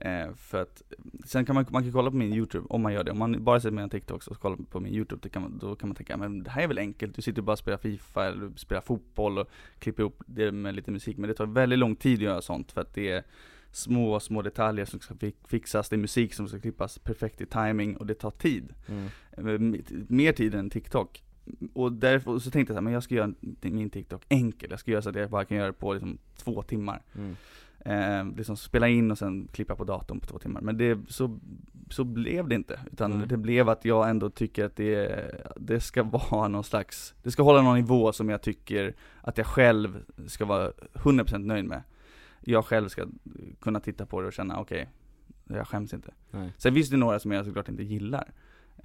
C: Eh, för att, sen kan man, man kan kolla på min YouTube, om man gör det. Om man bara ser mina TikToks och kollar på min YouTube, då kan man, då kan man tänka men det här är väl enkelt, du sitter bara och spelar FIFA eller du spelar fotboll och klipper ihop det med lite musik. Men det tar väldigt lång tid att göra sånt för att det är små, små detaljer som ska fi- fixas, det är musik som ska klippas perfekt i timing och det tar tid
B: Mm,
C: eh, mer tid än TikTok. Och därför så tänkte jag så här, men jag ska göra min TikTok enkel. Jag ska göra så att jag bara kan göra det på liksom två timmar.
B: Mm.
C: Eh, liksom spela in och sen klippa på datorn på två timmar. Men det, så, så blev det inte. Utan
B: Mm.
C: det blev att jag ändå tycker att det, det ska vara någon slags, det ska hålla någon nivå som jag tycker att jag själv ska vara 100% nöjd med. Jag själv ska kunna titta på det och känna, okej, jag skäms inte.
B: Nej.
C: Sen finns det några som jag såklart inte gillar.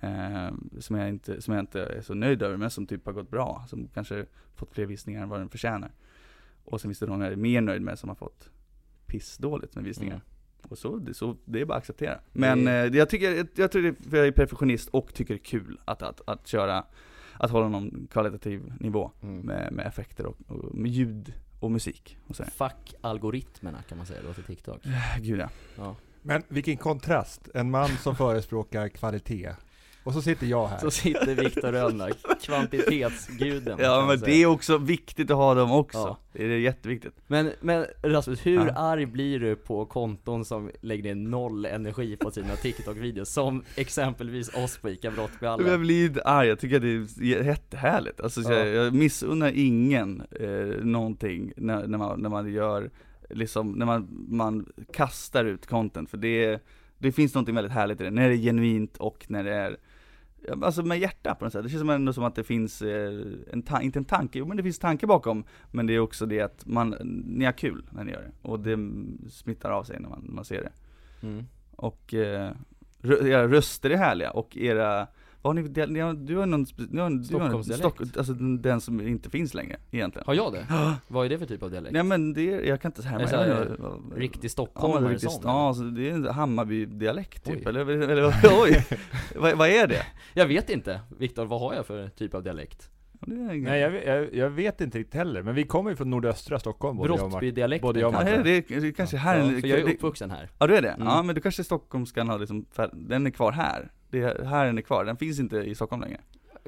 C: Eh, som, jag inte, som jag inte är så nöjd över, men som typ har gått bra. Som kanske fått fler visningar än vad den förtjänar. Och sen finns det de jag är mer nöjd med som har fått pissdåligt med visningar.
B: Mm.
C: Och så, det, så, det är bara att acceptera. Men
B: Det-
C: eh, jag tycker, jag, jag tror det, är- för jag är perfektionist och tycker det är kul att, att, att köra, att hålla någon kvalitativ nivå
B: Mm.
C: med, med effekter och, och med ljud och musik. Och så. här.
B: Fuck algoritmerna kan man säga då till TikTok.
C: Gud ja.
B: Ja.
A: Men vilken kontrast, en man som förespråkar kvalitet. Och så sitter jag här.
B: Så sitter Viktor Rönnmark, kvantitetsguden. kan
C: Ja
B: man
C: men
B: säga.
C: det är också viktigt att ha dem också.
B: Ja.
C: Det är jätteviktigt.
B: Men, men Rasmus, hur
C: Ja.
B: arg blir du på konton som lägger ner noll energi på sina TikTok-videos? Som exempelvis oss på ICA
C: Jag
B: Brottbyallan.
C: blir inte arg, jag tycker att det är jättehärligt. Alltså, så
B: Ja.
C: jag, jag missunnar ingen eh, någonting när, när, man, när man gör, liksom, när man, man kastar ut content. För det, det finns någonting väldigt härligt i det, när det är genuint och när det är ja, Alltså med hjärta på något sätt. Det känns som ändå som att det finns, eh, en ta- inte en tanke, jo men det finns tanke bakom. Men det är också det att man, ni har kul när ni gör det. Och det smittar av sig när man, när man ser det.
B: Mm.
C: Och eh, rö- era röster är härliga och era, vad har ni, för- ni har, du har någon, spe- ni har, du har en,
B: Stockholmsdialekt.
C: Stock, alltså den, den som inte finns längre egentligen.
B: Har jag det? Vad är det för typ av dialekt?
C: Nej men det, är- jag kan inte så här
B: Är det så här, Riktig
C: Ja, men
B: stockholmare
C: riktigt,
B: sån?
C: ja alltså, det är en Hammarby-dialekt
B: Oj.
C: typ, eller, eller, eller oj, vad, vad är det?
B: Jag vet inte, Viktor, vad har jag för typ av dialekt?
C: Ja, det är,
A: Nej, jag, ve- jag, jag vet inte riktigt heller, men vi kommer ju från nordöstra Stockholm både jag och Martin.
B: Brottbydialekten
A: både jag och
C: ja,
B: kanske?
A: Martin.
C: här, det, är, det är kanske här,
B: Ja, för jag är
C: det-
B: uppvuxen här.
C: ja du är det?
B: Mm.
C: Ja men då kanske stockholmskan har liksom, fär- den är kvar här. Det är här den är kvar, den finns inte i Stockholm längre.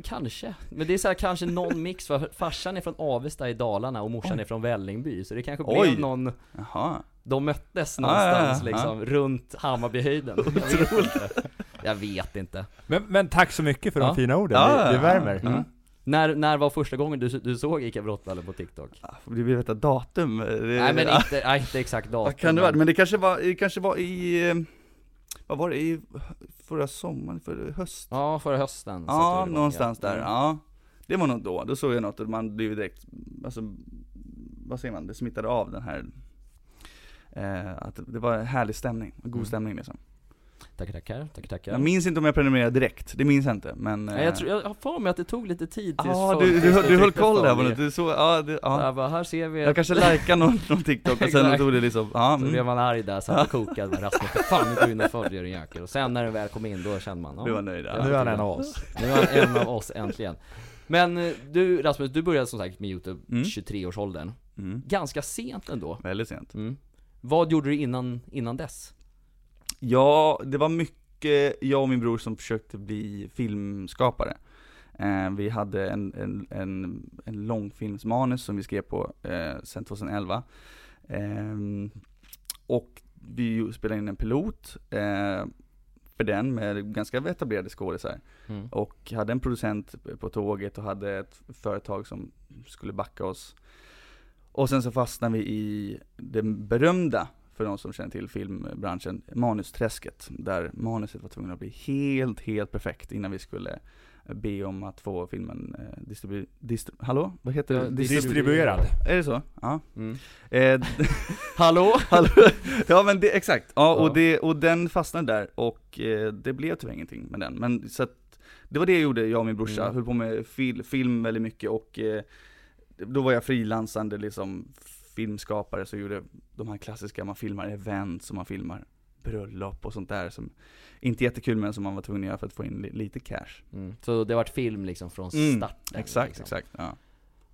B: Kanske. Men det är så här, kanske någon mix, för farsan är från Avesta i Dalarna och morsan
C: Oj.
B: är från Vällingby, så det kanske
C: Oj.
B: blev någon,
C: Jaha.
B: de möttes
C: Ja,
B: någonstans
C: ja, ja.
B: liksom, runt Hammarbyhöjden. Jag vet inte. Jag vet inte.
A: Men, men tack så mycket för
B: Ja.
A: de fina orden,
C: Ja,
A: det, det
C: ja,
A: värmer.
C: Ah. ja.
A: Mm.
B: När, när var första gången du, du såg ICA Brottballen på TikTok?
C: Ah, Du vill veta datum? Eh, Det-
B: Nej men inte, nej, inte exakt datum.
C: Ja, kan det vara, men det kanske var, det kanske var i, eh, vad var det, i förra sommaren, förra höst?
B: Ja, förra hösten. satte du
C: Ja,
B: igång,
C: någonstans där,
B: Mm.
C: ja. Det var nog då, då såg jag något och man blev direkt, alltså, vad säger man, det smittade av den här, eh, att det var en härlig stämning, en god
B: Mm.
C: stämning liksom.
B: Tackar, tackar, tackar, tackar.
C: Jag minns inte om jag prenumererade direkt, det minns jag inte, men eh,
B: Nej, jag, tror, jag har för mig att det tog lite tid tills
C: ah,
B: folk-
C: du, du,
B: tills
C: du höll
B: tyckte
C: koll
B: för
C: där
B: det.
C: på något, du såg, ja, det, ja.
B: Jag bara, här ser vi
C: Jag kanske likade någon, någon TikTok och sen
B: Exakt.
C: tog det liksom, ja.
B: Så
C: mm.
B: blev man arg där, satt och kokade med Rasmus, för fan nu går in och följer en jäkel. Och sen när den väl kom in, då kände man,
C: Du var
B: ja,
C: nöjd där.
B: Ja.
A: Nu är han en av oss.
B: nu är han en av oss äntligen. Men eh, du Rasmus, du började som sagt med YouTube
C: Mm.
B: 23-årsåldern.
C: Mm.
B: Ganska sent ändå.
C: Väldigt sent.
B: Mm. Vad gjorde du innan, innan dess?
C: Ja, det var mycket jag och min bror som försökte bli filmskapare. Eh, vi hade en, en, en, en långfilmsmanus som vi skrev på eh, sen 2011. Ehm, och vi spelade in en pilot eh, för den med ganska etablerade skådisar.
B: Mm.
C: Och hade en producent på tåget och hade ett företag som skulle backa oss. Och sen så fastnade vi i det berömda, för de som känner till filmbranschen, manusträsket. Där manuset var tvungen att bli helt, helt perfekt innan vi skulle be om att få filmen eh, distribu- distri- Hallå? Vad heter
B: Ja,
C: det? Distri-
A: Distribuerad.
C: är det så? Ja.
B: Eh, Mm.
C: Eh,
B: Hallå?
C: Hallå? ja men det, exakt, ja,
B: Ja.
C: Och, det, och den fastnade där och eh, det blev tyvärr ingenting med den. Men så att, det var det jag gjorde, jag och min brorsa,
B: Mm.
C: höll på med fil, film väldigt mycket och eh, då var jag frilansande liksom filmskapare, så gjorde de här klassiska, man filmar events och man filmar bröllop och sånt där som inte är jättekul men som man var tvungen att göra för att få in li, lite cash.
B: Mm. Så det har varit film liksom från
C: Mm,
B: starten?
C: Exakt,
B: liksom.
C: exakt. Ja.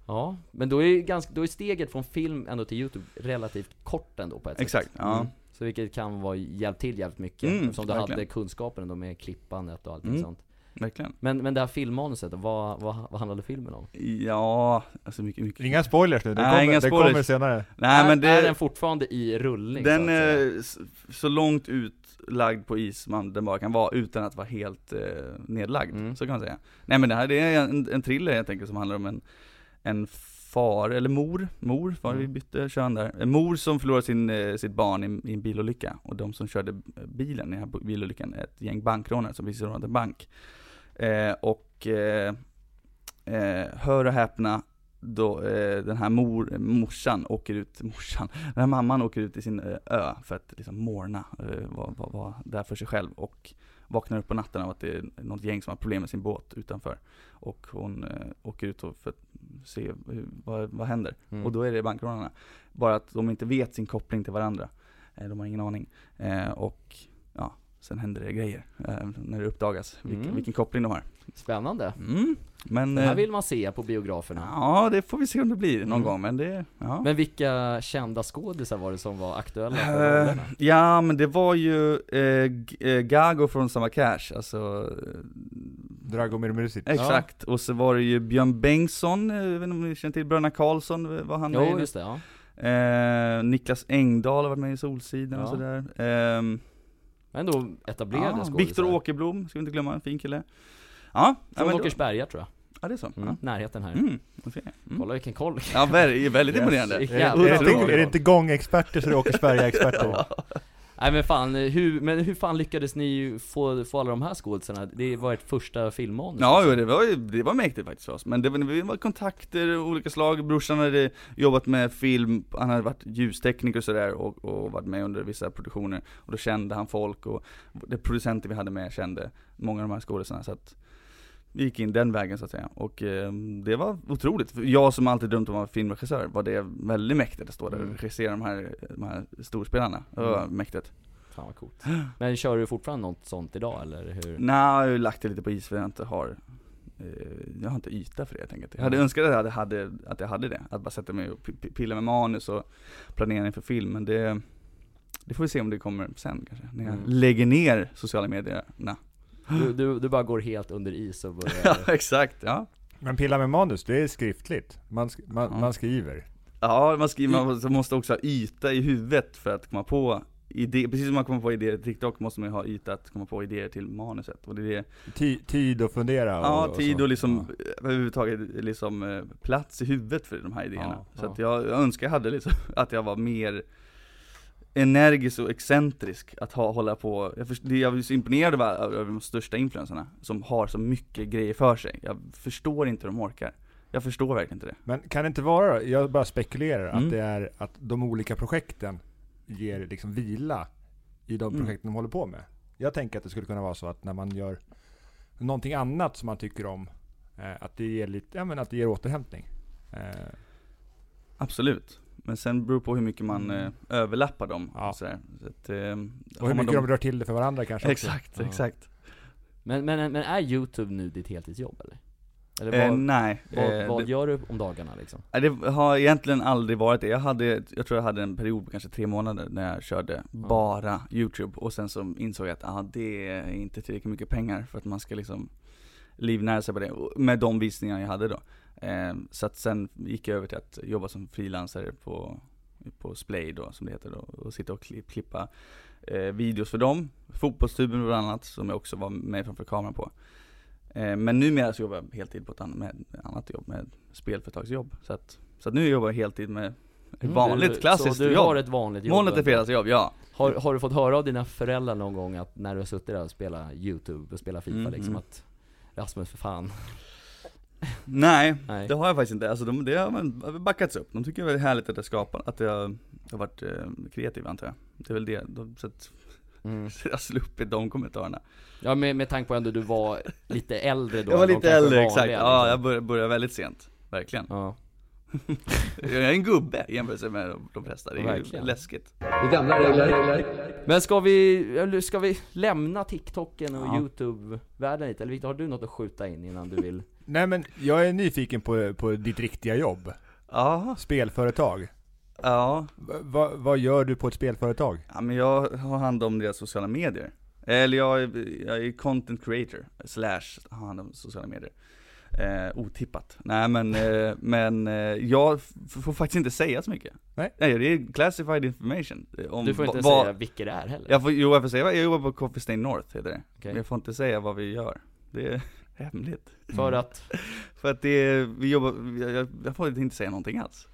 B: Ja, men då är, ju ganska, då är steget från film ändå till YouTube relativt kort ändå på ett sätt.
C: Exakt, ja.
B: Mm. Så vilket kan vara hjälpt till jävligt mycket,
C: Mm,
B: eftersom du hade
C: verkligen.
B: kunskapen ändå med klippandet och allting
C: Mm.
B: sånt.
C: Verkligen.
B: Men, men det här filmmanuset, vad, vad, vad handlade filmen om?
C: Ja, alltså mycket, mycket.
A: Inga spoilers nu, det,
C: Nej,
A: kommer,
C: inga
A: det
C: spoilers.
A: kommer senare.
C: Nej
B: är,
C: men det...
B: är den fortfarande i rullning?
C: Den
B: så att säga?
C: är s- så långt utlagd på is man den bara kan vara utan att vara helt eh, nedlagd,
B: Mm.
C: så kan man säga. Nej men det här det är en, en thriller helt enkelt som handlar om en, en far, eller mor, mor var vi
B: Mm.
C: bytte kön där. En mor som förlorar sin, eh, sitt barn i, i en bilolycka och de som körde bilen i den här bilolyckan är ett gäng bankrånare som precis rånat en bank. Eh, och eh, eh, hör och häpna, då, eh, den här mor, morsan åker ut, morsan, den här mamman åker ut till sin eh, ö för att liksom morna, eh, vara var, var där för sig själv och vaknar upp på natten av att det är något gäng som har problem med sin båt utanför. Och hon eh, åker ut och för att se hur, vad, vad händer.
B: Mm.
C: Och då är det bankrånarna. Bara att de inte vet sin koppling till varandra. Eh, de har ingen aning. Eh, och ja, sen händer det grejer eh, när det uppdagas vilken,
B: Mm.
C: vilken koppling de har.
B: Spännande.
C: Mm. Men,
B: Det här
C: eh,
B: vill man se på biograferna.
C: ja det får vi se om det blir någon
B: Mm.
C: gång men det, ja.
B: Men vilka kända skådisar var det som var aktuella för
C: Eh,
B: rollerna?
C: ja men det var ju eh, G- eh, Gago från Samma Cash, alltså eh,
A: Dragomir Mrsic.
C: Exakt, och så var det ju Björn Bengtsson, eh, jag vet inte om ni känner till Bröderna Karlsson, eh, vad han är i
B: Jo,
C: nu.
B: just det, ja.
C: eh, Niklas Engdahl har varit med i Solsidan och
B: Ja.
C: sådär Ehm,
B: Men ändå etablerade
C: ja,
B: skådisar.
C: Viktor Åkerblom, ska vi inte glömma, en fin kille Ja, ja,
B: Från
C: men,
B: Åkersberga tror jag.
C: ja det är så.
B: Mm. Närheten här.
C: Ja. Mm. vad säger jag? Mm.
B: Kolla vilken koll.
C: Ja, vä- väldigt
A: Yes.
C: imponerande.
A: Är, det-
B: Jävlar,
A: är, det
C: vad
A: inte,
C: bra.
A: är det inte gångexperter så är det Åkersberga-experter.
B: Nej men fan, hur, men hur fan lyckades ni få, få alla de här skådisarna? Det var ert första filmmanus liksom.
C: Ja, jo, det var ju, det var mäktigt faktiskt för oss. Men det var, det var kontakter av olika slag, brorsan hade jobbat med film, han hade varit ljustekniker och sådär och, och varit med under vissa produktioner. Och då kände han folk och det producenter vi hade med kände många av de här skådisarna så att vi gick in den vägen så att säga. Och eh, det var otroligt. För Jag som alltid drömt om att vara filmregissör, var det väldigt mäktigt att stå där
B: Mm.
C: och regissera de här, de här storspelarna. Det var
B: Mm.
C: mäktigt.
B: Fan vad coolt. Men kör du fortfarande något sånt idag eller hur?
C: Nej, jag har ju lagt det lite på is för jag inte har eh, jag har inte yta för det helt enkelt. Jag hade
B: Mm.
C: önskat att jag hade, att jag hade det. Att bara sätta mig och pi- pi- pilla med manus och planering för film. Men det, det får vi se om det kommer sen kanske. När jag
B: Mm.
C: lägger ner sociala medierna.
B: Du, du, du bara går helt under is och
C: Ja,
B: börjar...
C: exakt. Ja.
A: Men pilla med manus, det är skriftligt. Man, sk- man,
C: Ja.
A: man skriver.
C: Ja, man, skriver, man så måste också ha yta i huvudet för att komma på idéer. Precis som man kommer på idéer till TikTok måste man ju ha yta att komma på idéer till manuset. Och det är det
A: Ti- tid att fundera och,
C: Ja, tid
A: så.
C: och liksom
A: Ja.
C: eh, överhuvudtaget liksom eh, plats i huvudet för de här idéerna.
B: Ja,
C: så
B: ja.
C: att jag, jag önskar jag hade liksom, att jag var mer energisk och excentrisk att ha, hålla på. Jag, först, det jag är så imponerad över över de största influenserna som har så mycket grejer för sig. Jag förstår inte hur de orkar. Jag förstår verkligen inte det.
A: Men kan det inte vara, jag bara spekulerar,
C: Mm.
A: att det är att de olika projekten ger liksom vila i de
C: Mm.
A: projekten de håller på med. Jag tänker att det skulle kunna vara så att när man gör någonting annat som man tycker om, eh, att det ger lite, ja men att det ger återhämtning. Eh,
C: Absolut. Men sen beror det på hur mycket man eh, överlappar dem.
A: Mm. Ja.
C: Och, sådär. Så att,
A: och
C: eh, har
A: hur
C: man
A: mycket
C: dem-
A: de rör till det för varandra kanske också.
C: Exakt,
B: Ja.
C: exakt.
B: Men, men, men är YouTube nu ditt heltidsjobb eller? Eller
C: Eh,
B: vad,
C: nej.
B: vad,
C: eh,
B: vad
C: det-
B: gör du om dagarna liksom?
C: Nej, Det har egentligen aldrig varit det. Jag, hade, jag tror jag hade en period på kanske tre månader när jag körde bara YouTube och sen så insåg jag att ah, det är inte tillräckligt mycket pengar för att man ska liksom livnära sig på det, och med de visningar jag hade då. Eh, så att sen gick jag över till att jobba som frilansare på, på Splay då, som det heter då, och sitta och kli- klippa eh, videos för dem. Fotbollstuben bland annat, som jag också var med framför kameran på. Eh, men numera så jobbar jag heltid på ett annat, med ett annat jobb, med spelföretagsjobb. Så att, så att nu jobbar jag heltid med ett
B: Mm,
C: vanligt
B: du-
C: klassiskt
B: Så du har
C: jobb.
B: ett vanligt jobb?
C: Målet är fredagsjobb, ja.
B: Har, har du fått höra av dina föräldrar någon gång att när du har suttit där och spelat YouTube och spelat FIFA
C: Mm,
B: liksom
C: mm.
B: att Rasmus för fan,
C: Nej,
B: nej.
C: Det har jag faktiskt inte, alltså de, det har man backats upp. De tycker det är härligt att jag skapar, att jag har varit eh, kreativ antar jag. Det är väl det, de, så att
B: Mm.
C: jag har sluppit de kommentarerna.
B: Ja med, med tanke på ändå du var lite äldre då
C: jag var
B: än de
C: lite
B: kanske
C: äldre exakt,
B: vanliga,
C: ja jag
B: liksom.
C: började, började väldigt sent. Verkligen.
B: ja.
C: Jag är en gubbe i jämförelse med de flesta, det är ju
B: Verkligen.
C: läskigt.
B: Men ska vi, eller ska vi lämna TikToken och
C: Ja.
B: YouTube-världen lite? Eller Victor, har du något att skjuta in innan du vill?
A: Nej men jag är nyfiken på, på ditt riktiga jobb.
C: Ja,
A: Spelföretag.
C: ja.
A: Va, va, vad gör du på ett spelföretag?
C: ja, men jag har hand om deras sociala medier. Eller jag är, jag är content creator, slash har hand om sociala medier. Eh, otippat. Nej men, eh, men eh, jag f- får faktiskt inte säga så mycket.
A: Nej.
C: det är classified information. eh, Om
B: Du får inte
C: va-
B: ens
C: vad-
B: säga vilka det är heller?
C: Jag får, jo jag får säga, vad- jag jobbar på Coffee Stain North heter det.
B: Okej.
C: Men jag får inte säga vad vi gör. Det är hemligt.
B: För att,
C: För att det är, vi jobbar, jag- jag, jag får inte säga någonting alls.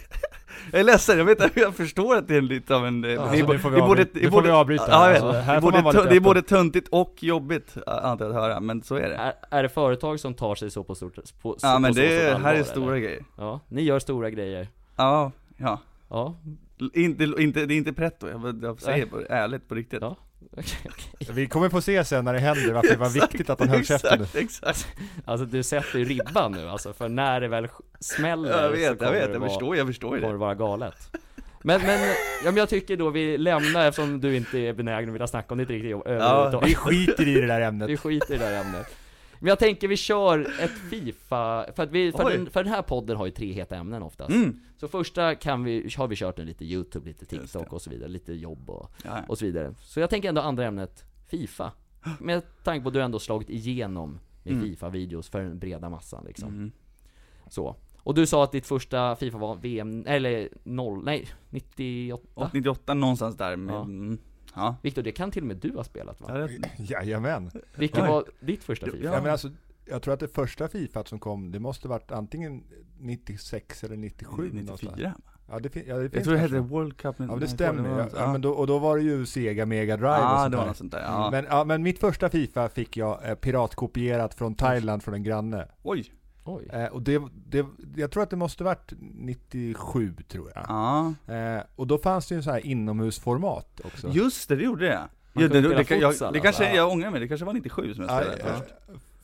C: jag är ledsen, jag vet jag förstår att det är lite av en...
A: Ja,
C: det är
A: alltså,
C: bo-
A: nu får vi
C: det är både-
A: avbryta.
C: det är
A: Nu får
C: både-
A: vi avbryta.
C: Ja, jag vet.
A: Alltså,
C: det,
A: här
C: är
A: får man
C: både,
A: vara lite
C: tö- det är
A: öppen.
C: både töntigt och jobbigt, ä, antar jag att höra, men så är det.
B: är, är det företag som tar sig så på stort, på,
C: Ja
B: på
C: men
B: så
C: det
B: stort
C: är,
B: allvar,
C: här är
B: eller?
C: stora grejer.
B: Ja, ni gör stora grejer.
C: Ja, ja.
B: Ja,
C: L- Inte, inte, det är inte pretto, jag, jag säger på, ärligt på riktigt.
B: Ja, okej, okej.
A: Vi kommer få se sen när det händer varför det var
C: Exakt,
A: viktigt att han höll käften nu.
C: Exakt, exakt.
B: Alltså du sätter ju ribban nu alltså, för när det väl sk- smäller
C: Jag
B: så
C: vet, jag
B: kommer
C: vet,
B: det
C: jag
B: vara-
C: förstår, jag förstår ju
B: kommer
C: det.
B: det vara galet. Men, men, ja, men jag tycker då vi lämnar eftersom du inte är benägen att vilja snacka om ditt riktiga jobb överhuvudtaget.
A: Vi skiter i det där ämnet.
B: Vi skiter i det där ämnet. Men jag tänker vi kör ett Fifa, för att vi, för
C: Oj.
B: den, för den här podden har ju tre heta ämnen oftast.
C: Mm.
B: Så första kan vi, har vi kört en lite YouTube, lite
C: Just
B: TikTok och så vidare, lite jobb och,
C: Ja, ja.
B: och så vidare. Så jag tänker ändå andra ämnet, Fifa. Med tanke på att du ändå slagit igenom med
C: Mm.
B: Fifa-videos för den breda massan liksom.
C: Mm.
B: Så. Och du sa att ditt första Fifa var VM, eller 0, nej 98?
C: 98 någonstans där, men,
B: Ja.
C: mm, ja.
B: Viktor, det kan till och med du ha spelat
C: Ja,
B: va?
C: det-
A: Jajamän.
B: Vilket
C: Oj.
B: var ditt första Fifa?
A: Ja. men alltså, jag tror att det första Fifa som kom, det måste varit antingen 96 eller 97
C: typ
A: någonstans.
C: 94?
A: Ja det, fin- ja, det finns
C: Jag tror det
A: kanske.
C: hette World Cup 94.
A: Ja men det stämmer
C: var
A: ja,
C: något-
A: ja, men då, Och då var det ju Sega Mega Drive och
C: Ja,
A: sånt
C: det var
A: där.
C: något sånt där. Ja.
A: Men, ja, men mitt första Fifa fick jag eh, piratkopierat från Thailand från en granne.
C: Oj!
B: Oj.
A: Eh, och det, det, jag tror att det måste varit 97 tror jag.
C: Ja.
A: Eh, och då fanns det ju så här inomhusformat också.
C: Just det, det gjorde det.
B: Man
C: Ja,
B: kunde
C: det, det,
B: spela
C: kan- jag,
B: futsal,
C: det
B: alltså.
C: kanske, jag ångrar mig, det kanske var 97 som jag
A: Ja,
C: spelade
A: eh,
C: först.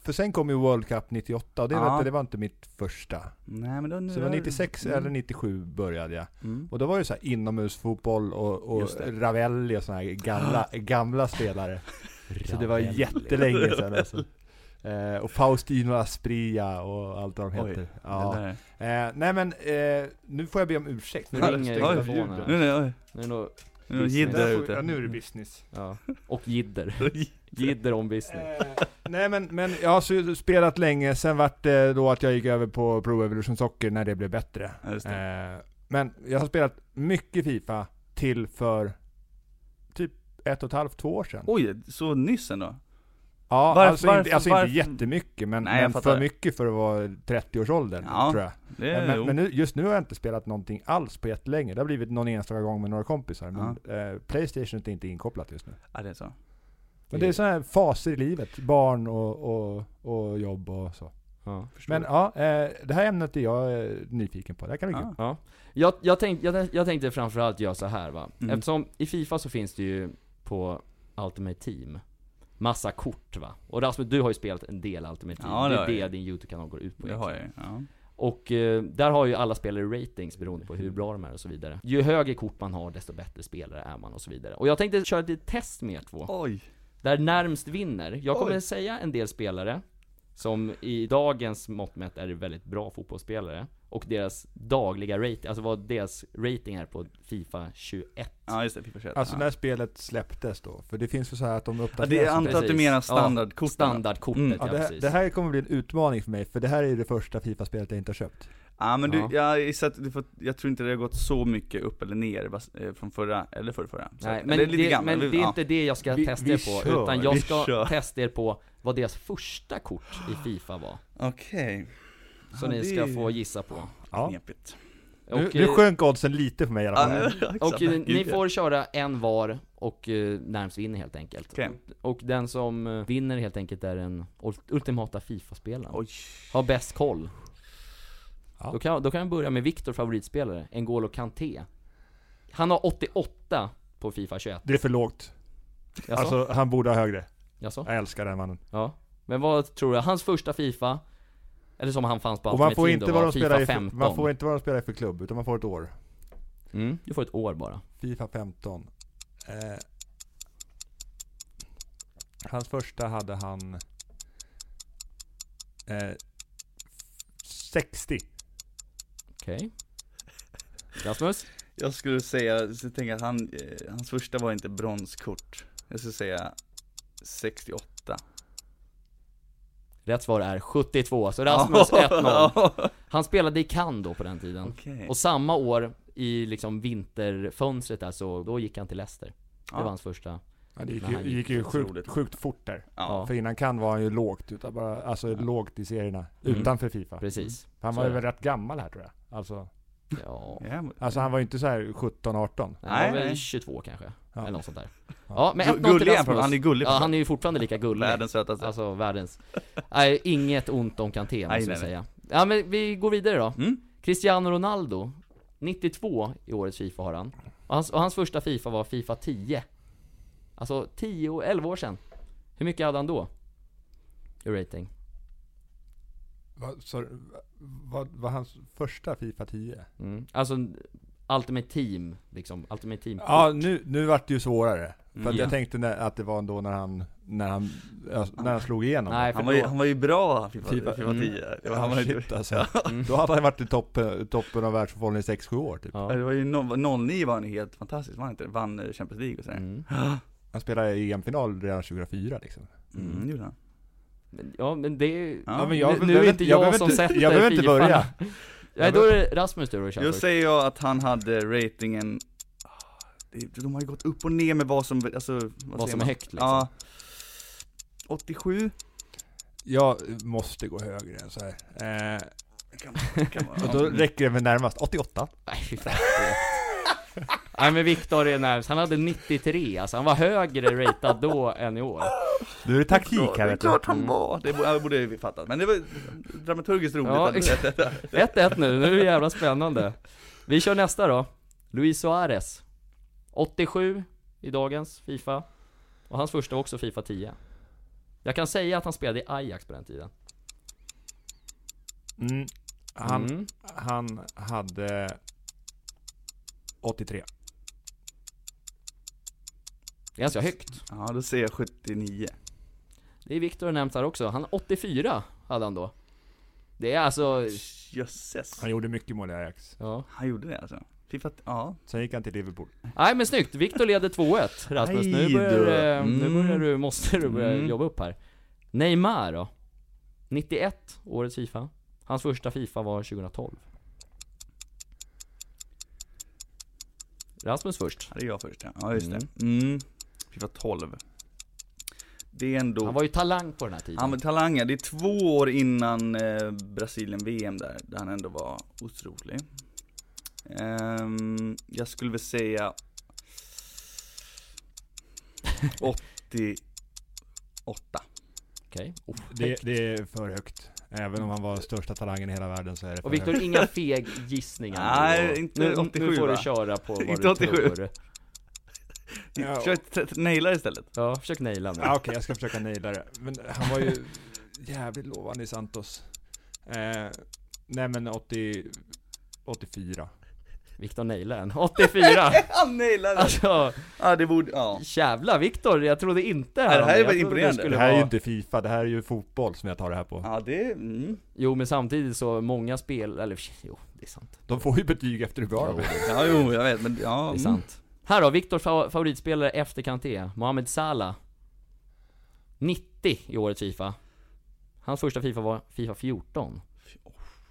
A: för sen kom ju World Cup 98 och det,
C: Ja.
A: vet jag, det var inte mitt första.
C: Nej men då,
A: Så det var 96
C: mm.
A: eller 97 började jag.
C: Mm.
A: Och då var det så här inomhusfotboll och, och
C: Just det.
A: Ravelli och såna här gamla, gamla spelare. Så det var jättelänge sedan alltså. Eh, och Faustino Aspria och allt vad de
C: Oj,
A: heter. Ja.
C: Det där.
A: Eh, nej men, eh, nu får jag be om ursäkt.
B: Nu
A: har jag
B: ringer
A: stängt av
B: telefonen.
A: ljudet.
C: Nu är det, oj,
B: Nu är det nog,
C: nu är det
B: Business.
C: jidder
A: Där
C: där
A: får- ja,
C: ute.
A: nu är det business.
B: ja. Och jidder. Jidder om business.
A: Eh, nej men, men jag har så spelat länge, sen vart det då att jag gick över på Pro Evolution Soccer när det blev bättre.
C: Ja, just det.
A: Eh, men jag har spelat mycket Fifa till för typ ett och ett halvt, två år sedan.
C: Oj, så nyss ändå?
A: Ja,
C: Varför-
A: alltså,
C: varför-
A: inte, alltså inte
C: varför-
A: jättemycket, men,
C: Nej, jag
A: men
C: fattar.
A: för mycket för att vara 30-årsåldern,
C: Ja.
A: tror jag.
C: Det är,
A: men
C: jo.
A: men nu, just nu har jag inte spelat någonting alls på jättelänge. Det har blivit någon enstaka gång med några kompisar, men eh, Playstation är inte inkopplat just nu.
C: ja, det är så.
A: Men det är sådana här faser i livet, barn och, och, och jobb och så.
B: Ja.
C: Förstår
A: Men
C: du? Ah.
A: ja, eh, det här ämnet är jag eh, nyfiken på. Det här kan bli kul.
C: ja.
B: Ja. Jag, jag, tänkte, jag, jag tänkte framförallt göra så här va.
C: Mm.
B: Eftersom i Fifa så finns det ju på Ultimate Team Massa kort va? Och Rasmus, du har ju spelat en del Ultimate Team.
C: Ja, det
B: det
C: har
B: är det
C: jag.
B: din YouTube-kanal går ut på.
C: Det
B: egentligen.
C: har jag ju. Ja.
B: Och eh, där har ju alla spelare ratings beroende på hur bra de är och så vidare. Ju högre kort man har, desto bättre spelare är man och så vidare. Och jag tänkte köra ett litet test med er två.
C: Oj!
B: Där närmst vinner. Jag kommer
C: Oj.
B: säga en del spelare. Som i dagens mått mätt är väldigt bra fotbollsspelare. Och deras dagliga rating, alltså vad deras rating är på Fifa 21.
C: Ja just det, Fifa 21.
A: Alltså
C: ja.
A: när spelet släpptes då, för det finns ju så här att de
C: ja,
A: uppdaterar
C: det är
A: sig.
C: antar att du
B: Precis.
C: menar
B: Ja,
C: standardkorten.
B: Standardkortet,
C: Mm.
A: ja,
B: ja,
A: det, här,
B: precis.
A: det här kommer bli en utmaning för mig, för det här är ju det första Fifa-spelet jag inte har köpt.
C: Ja men du,
B: Ja.
C: jag gissar att du får, jag tror inte det har gått så mycket upp eller ner bas- eh, från förra, eller förrförra. Så
B: Nej,
C: att-
B: men,
C: eller
B: det,
C: lite gammal,
B: men det
C: vi-
B: är
C: ja.
B: inte det jag ska
A: Vi-
B: testa
A: vi
B: er på,
A: kör,
B: utan jag
C: vi
B: ska
C: kör.
B: testa er på vad deras första kort i Fifa var.
C: Okej.
B: Som
C: Ja,
B: ni
C: det
B: ska
C: är ju
B: få gissa på.
A: Ja.
C: Knepigt.
B: Och,
A: nu, nu
B: eh,
A: sjönk oddsen lite för mig i alla fall.
B: och eh, ni får köra en var och eh, närmst vinner helt enkelt.
C: Okej.
B: Och den som eh, vinner helt enkelt är den ult- ultimata Fifa-spelaren.
C: Oj.
B: Har bäst koll.
A: Ja.
B: Då, kan, då kan vi börja med Viktor favoritspelare, N'Golo Kanté. Han har 88 på Fifa 21.
A: Det är för lågt.
B: Jaså?
A: Alltså, han borde ha högre.
B: Jaså?
A: Jag älskar den mannen.
B: Ja. Men vad tror du? Hans första Fifa, eller som han fanns på
A: Och man
B: Ultimate
A: får,
B: Team
A: inte
B: då,
A: vad
B: var
A: de
B: Fifa
A: spelar i, för-
B: 15.
A: man får inte vad de spelar i för klubb, utan man får ett år.
B: mm, du får ett år bara.
A: Fifa 15. Eh, hans första hade han... Eh, 60.
B: Okej. Rasmus?
C: Jag skulle säga, så tänker jag att han, eh, hans första var inte bronskort. Jag skulle säga 68.
B: Rätt svar är 72, så Rasmus 1-0. Han spelade i Cannes då på den tiden.
C: Okej.
B: Och samma år, i liksom vinterfönstret där, så då gick han till Leicester. Det
C: Ja.
B: var hans första.
A: Ja, det gick
B: Men
A: ju,
B: han
A: det gick
B: gick
A: ju
C: otroligt.
A: sjukt, sjukt fort där.
B: Ja,
A: För innan kan var han ju lågt, utan bara, alltså
B: Ja.
A: lågt i serierna.
B: Mm.
A: Utanför Fifa.
B: precis.
A: Han
B: Så
A: var
B: är
A: ju
B: det.
A: väl rätt gammal här tror jag. Alltså,
C: Mm.
B: Ja.
C: Ja, men-
A: alltså han var ju inte så här 17-18.
B: Nej, han var
C: Nej,
B: väl
C: nej.
B: 22 kanske,
A: Ja.
B: eller något sånt där. Ja, men 1-0
C: Gu-
B: till
C: Gullig är han,
B: Rasmus.
C: för- han är gullig.
B: Ja, han är ju fortfarande lika gullig.
C: Världens sötaste.
B: Alltså världens. Nej, inget ont om Kanté måste
C: Nej,
B: jag
C: nej, nej.
B: säga. Ja men vi går vidare då.
C: Mm.
B: Cristiano Ronaldo, 92 i årets Fifa har han. Och hans, och hans första Fifa var Fifa 10. Alltså 10 och 11 år sedan. Hur mycket hade han då? I rating?
A: Vad så- vad var hans första Fifa 10?
B: Mm. Alltså, Ultimate Team, liksom. Ultimate Team.
A: Ja, nu, nu vart det ju svårare. För att
C: Mm.
A: jag tänkte när, att det var då när han, när han, när han slog igenom.
B: Nej, för
C: Han var, ju,
B: då-
C: han var ju bra Fifa,
A: Fifa-
C: Fifa,
B: mm.
C: 10. Det var, han
A: han
C: var, ju-
A: shit, alltså. Då hade han varit i toppen, toppen av världsfotbollen i 6-7 år typ.
C: Ja,
B: Ja.
C: det var ju no, 09 var han ju helt fantastisk, var han inte det? Vann eh, Champions League och sådär.
B: Mm.
A: Han spelade i EM-final redan 2004 liksom.
C: Mm, det gjorde han.
B: Men- Ja men det är
C: Ja, men
A: jag-
B: nu,
A: men
B: nu är
A: jag
B: det
A: vet-
B: inte
A: jag
B: jag,
A: behöver
B: som
A: inte-
B: sätter
A: jag behöver inte
B: FIFA.
A: börja.
B: Nej då är det Rasmus tur att köra
C: Då
B: först.
C: säger jag att han hade ratingen, ah, det- de har ju gått upp och ner med vad som, alltså, vad,
B: Vad
C: säger
B: som är
C: man?
B: högt liksom.
C: Ja. 87?
A: Jag måste gå högre än så här. Eh,
C: Kan man, kan man,
A: och
B: Mm.
A: då räcker det med närmast 88.
B: Nej, fy fan. Nej men Viktor är närmst, han hade 93, alltså han var högre ratad då än i år.
A: Nu är det taktik
C: det
A: här
C: är
A: vet du. Mm.
C: klart han var, det borde, det borde jag ju fattat. Men det var dramaturgiskt roligt
B: Ja,
C: att
B: exakt. 1-1 nu, nu är det jävla spännande. Vi kör nästa då. Luis Suarez. 87 i dagens Fifa. Och hans första var också Fifa 10. Jag kan säga att han spelade i Ajax på den tiden.
A: Mm. Han,
B: Mm.
A: han hade 83.
B: Det är ganska högt.
C: Ja, då säger jag 79.
B: Det är Viktor nämnt här också, han 84 hade han då. Det är alltså,
C: Jösses.
A: Han gjorde mycket mål i Ajax.
B: ja.
C: Han gjorde det alltså. Fifa, ja.
A: Sen gick han till Liverpool.
B: Nej men snyggt, Viktor leder 2-1 Rasmus, nu
C: Aj
B: börjar,
C: då.
B: eh, nu
C: Mm.
B: börjar du, måste du börja
C: Mm.
B: jobba upp här Neymar då? 91, årets Fifa Hans första Fifa var 2012 Rasmus först
C: Ja, Det är jag först ja. ja just
B: Mm.
C: det. Mm. Fifa 12. Det är ändå...
B: Han var ju talang på den här tiden
C: Han var talanger, det är två år innan eh, Brasilien-VM där, där han ändå var otrolig. Ehm, jag skulle väl säga 88.
B: Okej, oh,
A: Det, det är för högt. Även om han var största talangen i hela världen så är det för
B: Och Viktor,
A: högt.
B: inga feg gissningar nu.
C: Nej, inte
B: nu,
C: 87,
B: Nu får du
C: va?
B: köra på vad
C: Inte
B: du
C: 87.
B: tror
A: Ja.
C: Försök t- t- naila det istället.
B: Ja, försök naila nu
A: Ja, Okej, jag ska försöka naila det. Men han var ju jävligt lovande i Santos. Eh, nej men 80, 84.
B: Viktor nailade den, 84!
C: Han nailade det!
B: Alltså,
C: Ja det borde, ja
B: jävla Viktor, jag trodde inte
C: här
B: om dig.
C: är
B: Jag
C: väl
B: trodde
C: imponerande.
B: du skulle
A: Det här är ju
B: vara-
A: inte Fifa, det här är ju fotboll som jag tar det här på.
C: Ja det, mm.
B: Jo men samtidigt så, många spel, eller jo, det är sant.
A: De får ju betyg efter hur bra de är.
C: ja jo jag vet men ja
B: Det är
C: mm.
B: sant. Här då, Viktors fa- favoritspelare efter Kanté, Mohamed Salah. 90 i årets Fifa. Hans första Fifa var Fifa 14.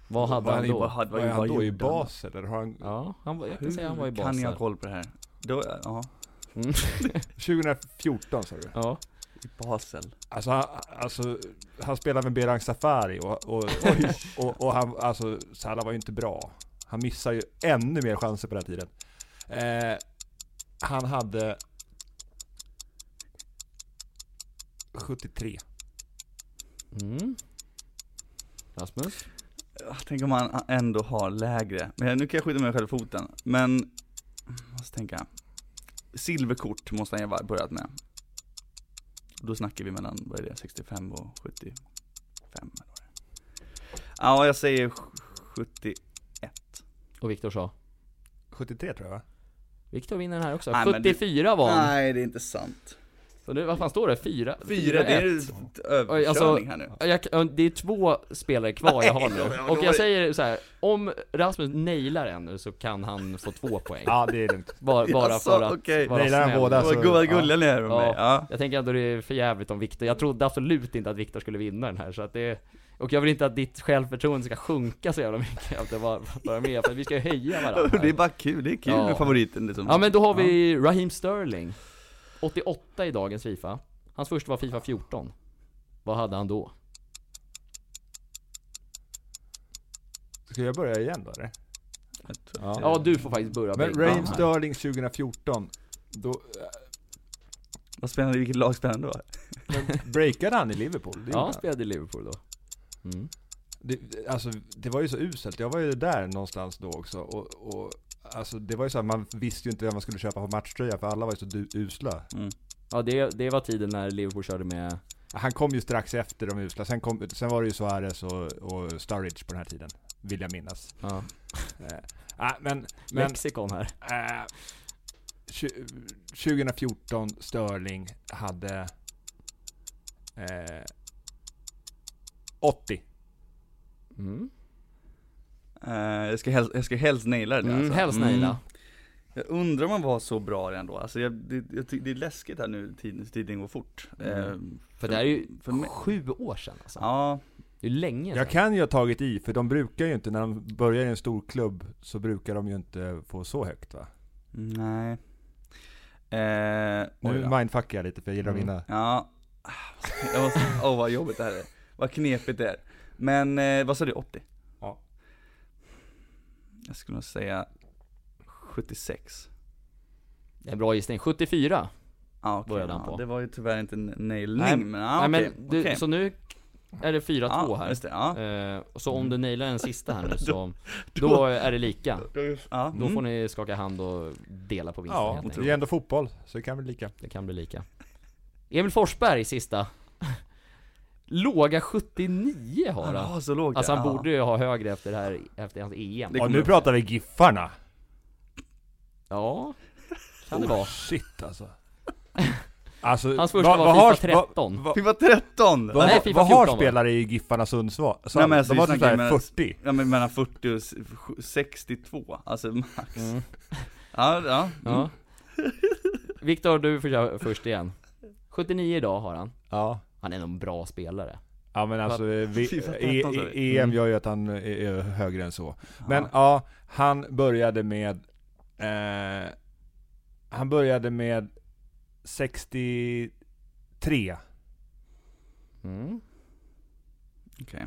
B: Vad hade
C: Vad
B: han
C: han gjorde-
B: då?
C: hade- vad
A: Var han
C: gjorde
A: då i
C: han då?
A: bas eller? Har han...
B: Ja, han, var- jag kan
C: Hur
B: säga han var i
C: kan jag ha
B: basen.
C: koll på det här? Då, ja,
A: 2014 sa du?
B: Ja.
C: i Basel.
A: Alltså han, alltså, han spelade med Berang Safari och, och, och, och, han, alltså Salah var ju inte bra. Han missar ju ännu mer chanser på den här tiden. Eh, han hade 73.
B: Mm. Rasmus?
C: Ah, Tänk om han ändå har lägre. Men nu kan jag skjuta mig själv i foten. Men, mm, måste tänka. Silverkort måste han ju ha börjat med. Då snackar vi mellan, vad är det, 65 och 75 eller vad det är. Ja, jag säger sj- 71.
B: Och Viktor sa?
A: 73 tror jag va?
B: Viktor vinner den här också.
C: Nej, men det-
B: 74 var han.
C: Nej, det är inte sant.
B: Så nu, vad fan står det? 4?
C: Fyra, det är ju ett överkörning
B: alltså-
C: här nu.
B: Jag, kan- det är två spelare kvar jag har nu. Och jag säger så här, om Rasmus nailar en nu så kan han få två poäng.
A: Ja det är lugnt.
B: Bara, bara
C: Jaså,
B: för att
C: okej.
B: vara
A: Nailar han
B: snäll.
A: båda?
C: Vad
A: alltså,
C: gu- vad
A: ja.
C: gulliga ni är med
B: Ja.
C: mig. Ja.
B: Jag tänker ändå det är för jävligt om Viktor. Jag trodde absolut inte att Viktor skulle vinna den här så att det och jag vill inte att ditt självförtroende ska sjunka så jävla mycket efter bara vara med, för vi ska ju höja varandra
C: Det är
B: här.
C: bara kul, det är kul
B: Ja.
C: med favoriten liksom.
B: Ja men då har vi Raheem Sterling 88 i dagens Fifa Hans första var Fifa 14 Vad hade han då?
A: Ska jag börja igen då eller?
C: Jag tror-
B: Ja du får faktiskt börja
A: Men
B: Bengt.
A: Raheem
B: Ja.
A: Sterling 2014, då eh,
C: Vad spännande, vilket lag spelar han då?
A: men breakade han i Liverpool? Det,
B: Ja
A: ja,
B: han spelade i Liverpool då mm.
A: det, alltså, det var ju så uselt, jag var ju där någonstans då också och, och Alltså det var ju så här, man visste ju inte vem man skulle köpa på matchtröja för alla var ju så du, usla.
B: typ.
C: Mm.
B: Ja det, det var tiden när Liverpool körde med
A: Han kom ju strax efter de usla, sen, kom, sen var det ju Suarez och, och Sturridge på den här tiden, vill jag minnas.
B: ja,
A: Eh, ah, men men
B: Mexikon här
A: eh, tju- 2014 Sterling hade eh, 80.
B: mm.
C: Eh, jag, ska helst, jag ska helst naila det där,
B: Mm,
C: alltså.
B: Helst
C: Mm.
B: Naila
C: Jag undrar om man var så bra redan då, alltså jag, det, jag, ty- det är läskigt här nu, tiden, tiden går fort
B: Mm.
C: Eh,
B: För det här är ju
C: för mig-
B: sju år sedan alltså.
C: Ja,
B: Det är ju länge sedan
A: Jag kan ju ha tagit i, för de brukar ju inte, när de börjar i en stor klubb så brukar de ju inte få så högt va?
C: nej eh, oj
A: Nu
C: då.
A: mindfuckar jag lite för jag gillar att
B: Mm.
A: vinna.
C: Ja, Ah, jag måste, åh vad jobbigt det här är, vad knepigt det är Men eh, vad sa du, 80?
A: Ja.
C: Jag skulle nog säga 76
B: Det är en bra gissning, 74
C: Ja Ah, okej,
B: Började han
C: ja,
B: på.
C: det var ju tyvärr inte en nailning
B: Nej,
C: men ja
B: Nej
C: ah, okej,
B: men du,
C: okej.
B: så nu är det 4-2
C: ja,
B: här
C: just det, ja.
B: Eh, Så om du nailar den sista här nu så, då är det lika.
C: ja. Mm.
B: Då får ni skaka hand och dela på vinsten
A: Ja,
B: helt
A: det är
B: enkelt.
A: ändå fotboll, så det kan väl lika.
B: Det kan bli lika. Emil Forsberg sista. Låga 79 har
C: Han
B: han.
C: var så låg
B: Alltså
C: där,
B: han
C: ja.
B: borde ju ha högre efter det här, efter hans E EM.
C: Det-
A: Ja,
C: kommer
A: nu
C: upp.
A: pratar vi Giffarna!
B: Ja, kan det vara.
A: Shit alltså. alltså
B: Hans första var FIFA 13.
A: Vad,
C: Fifa 13!
A: vad,
B: Nej, FIFA
A: vad har
B: 14 va?
A: spelare i Giffarna Sundsvall? Så,
C: Nej, men
A: de
C: alltså, vi
A: var typ
C: snackar ju
A: såhär
C: med-
A: 40.
C: Ja men mellan 40 och s- sj- 62, alltså max. Ja, ja.
B: Mm.
C: Mm.
B: Ja. Mm. Viktor, du får köra först igen. 79 idag har han.
A: Ja.
B: Han är nog en bra spelare.
A: Ja men alltså, vi,
C: FIFA 13
A: e,
C: sa Mm.
A: e,
C: vi.
A: EM gör ju att han är- är högre än så. Men ja, han började med... Eh, han började med 63.
B: Mm.
C: Okej.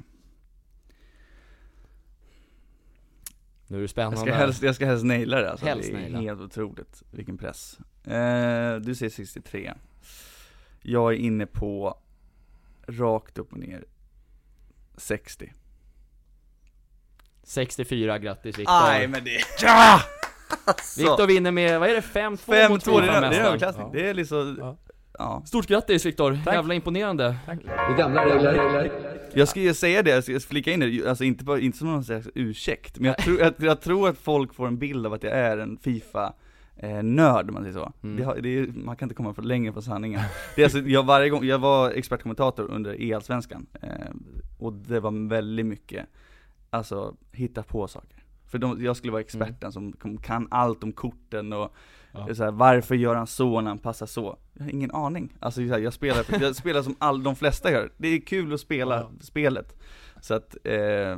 B: Nu är det
C: Jag
B: spännande.
C: ska helst, jag ska helst naila det alltså.
B: Helst
C: det är
B: naila.
C: helt otroligt, vilken press. Eh, du säger 63. Jag är inne på, rakt upp och ner, 60.
B: 64, grattis Viktor.
C: Nej men det...
A: Ja!
B: Viktor vinner med, vad är det, 5-2
C: 5-2,
B: mot
C: det är, det är
B: Fifa-mästaren.
C: överklassning.
A: Ja.
C: Det är liksom,
A: Ja.
C: ja.
B: Stort grattis Viktor, jävla imponerande.
A: Tack.
D: Det gamla regler.
C: Jag ska ju säga det, jag ska flika in det, alltså inte, bara, inte som någon slags ursäkt, men jag, tror- jag, jag tror att folk får en bild av att jag är en Fifa eh, nörd om man säger så.
B: Mm.
C: Det, har- det är, man kan inte komma för längre från sanningen. Det är alltså, jag, varje gång, jag var expertkommentator under E-allsvenskan, eh, och det var väldigt mycket, alltså hitta på saker. För de, jag skulle vara experten som kom- kan allt om korten och
A: Ja.
C: så här, varför gör han så när han passar så? Jag har ingen aning. Alltså så här, jag spelar, jag spelar som all, de flesta gör. Det är kul att spela
A: Ja.
C: spelet. Så att, eh,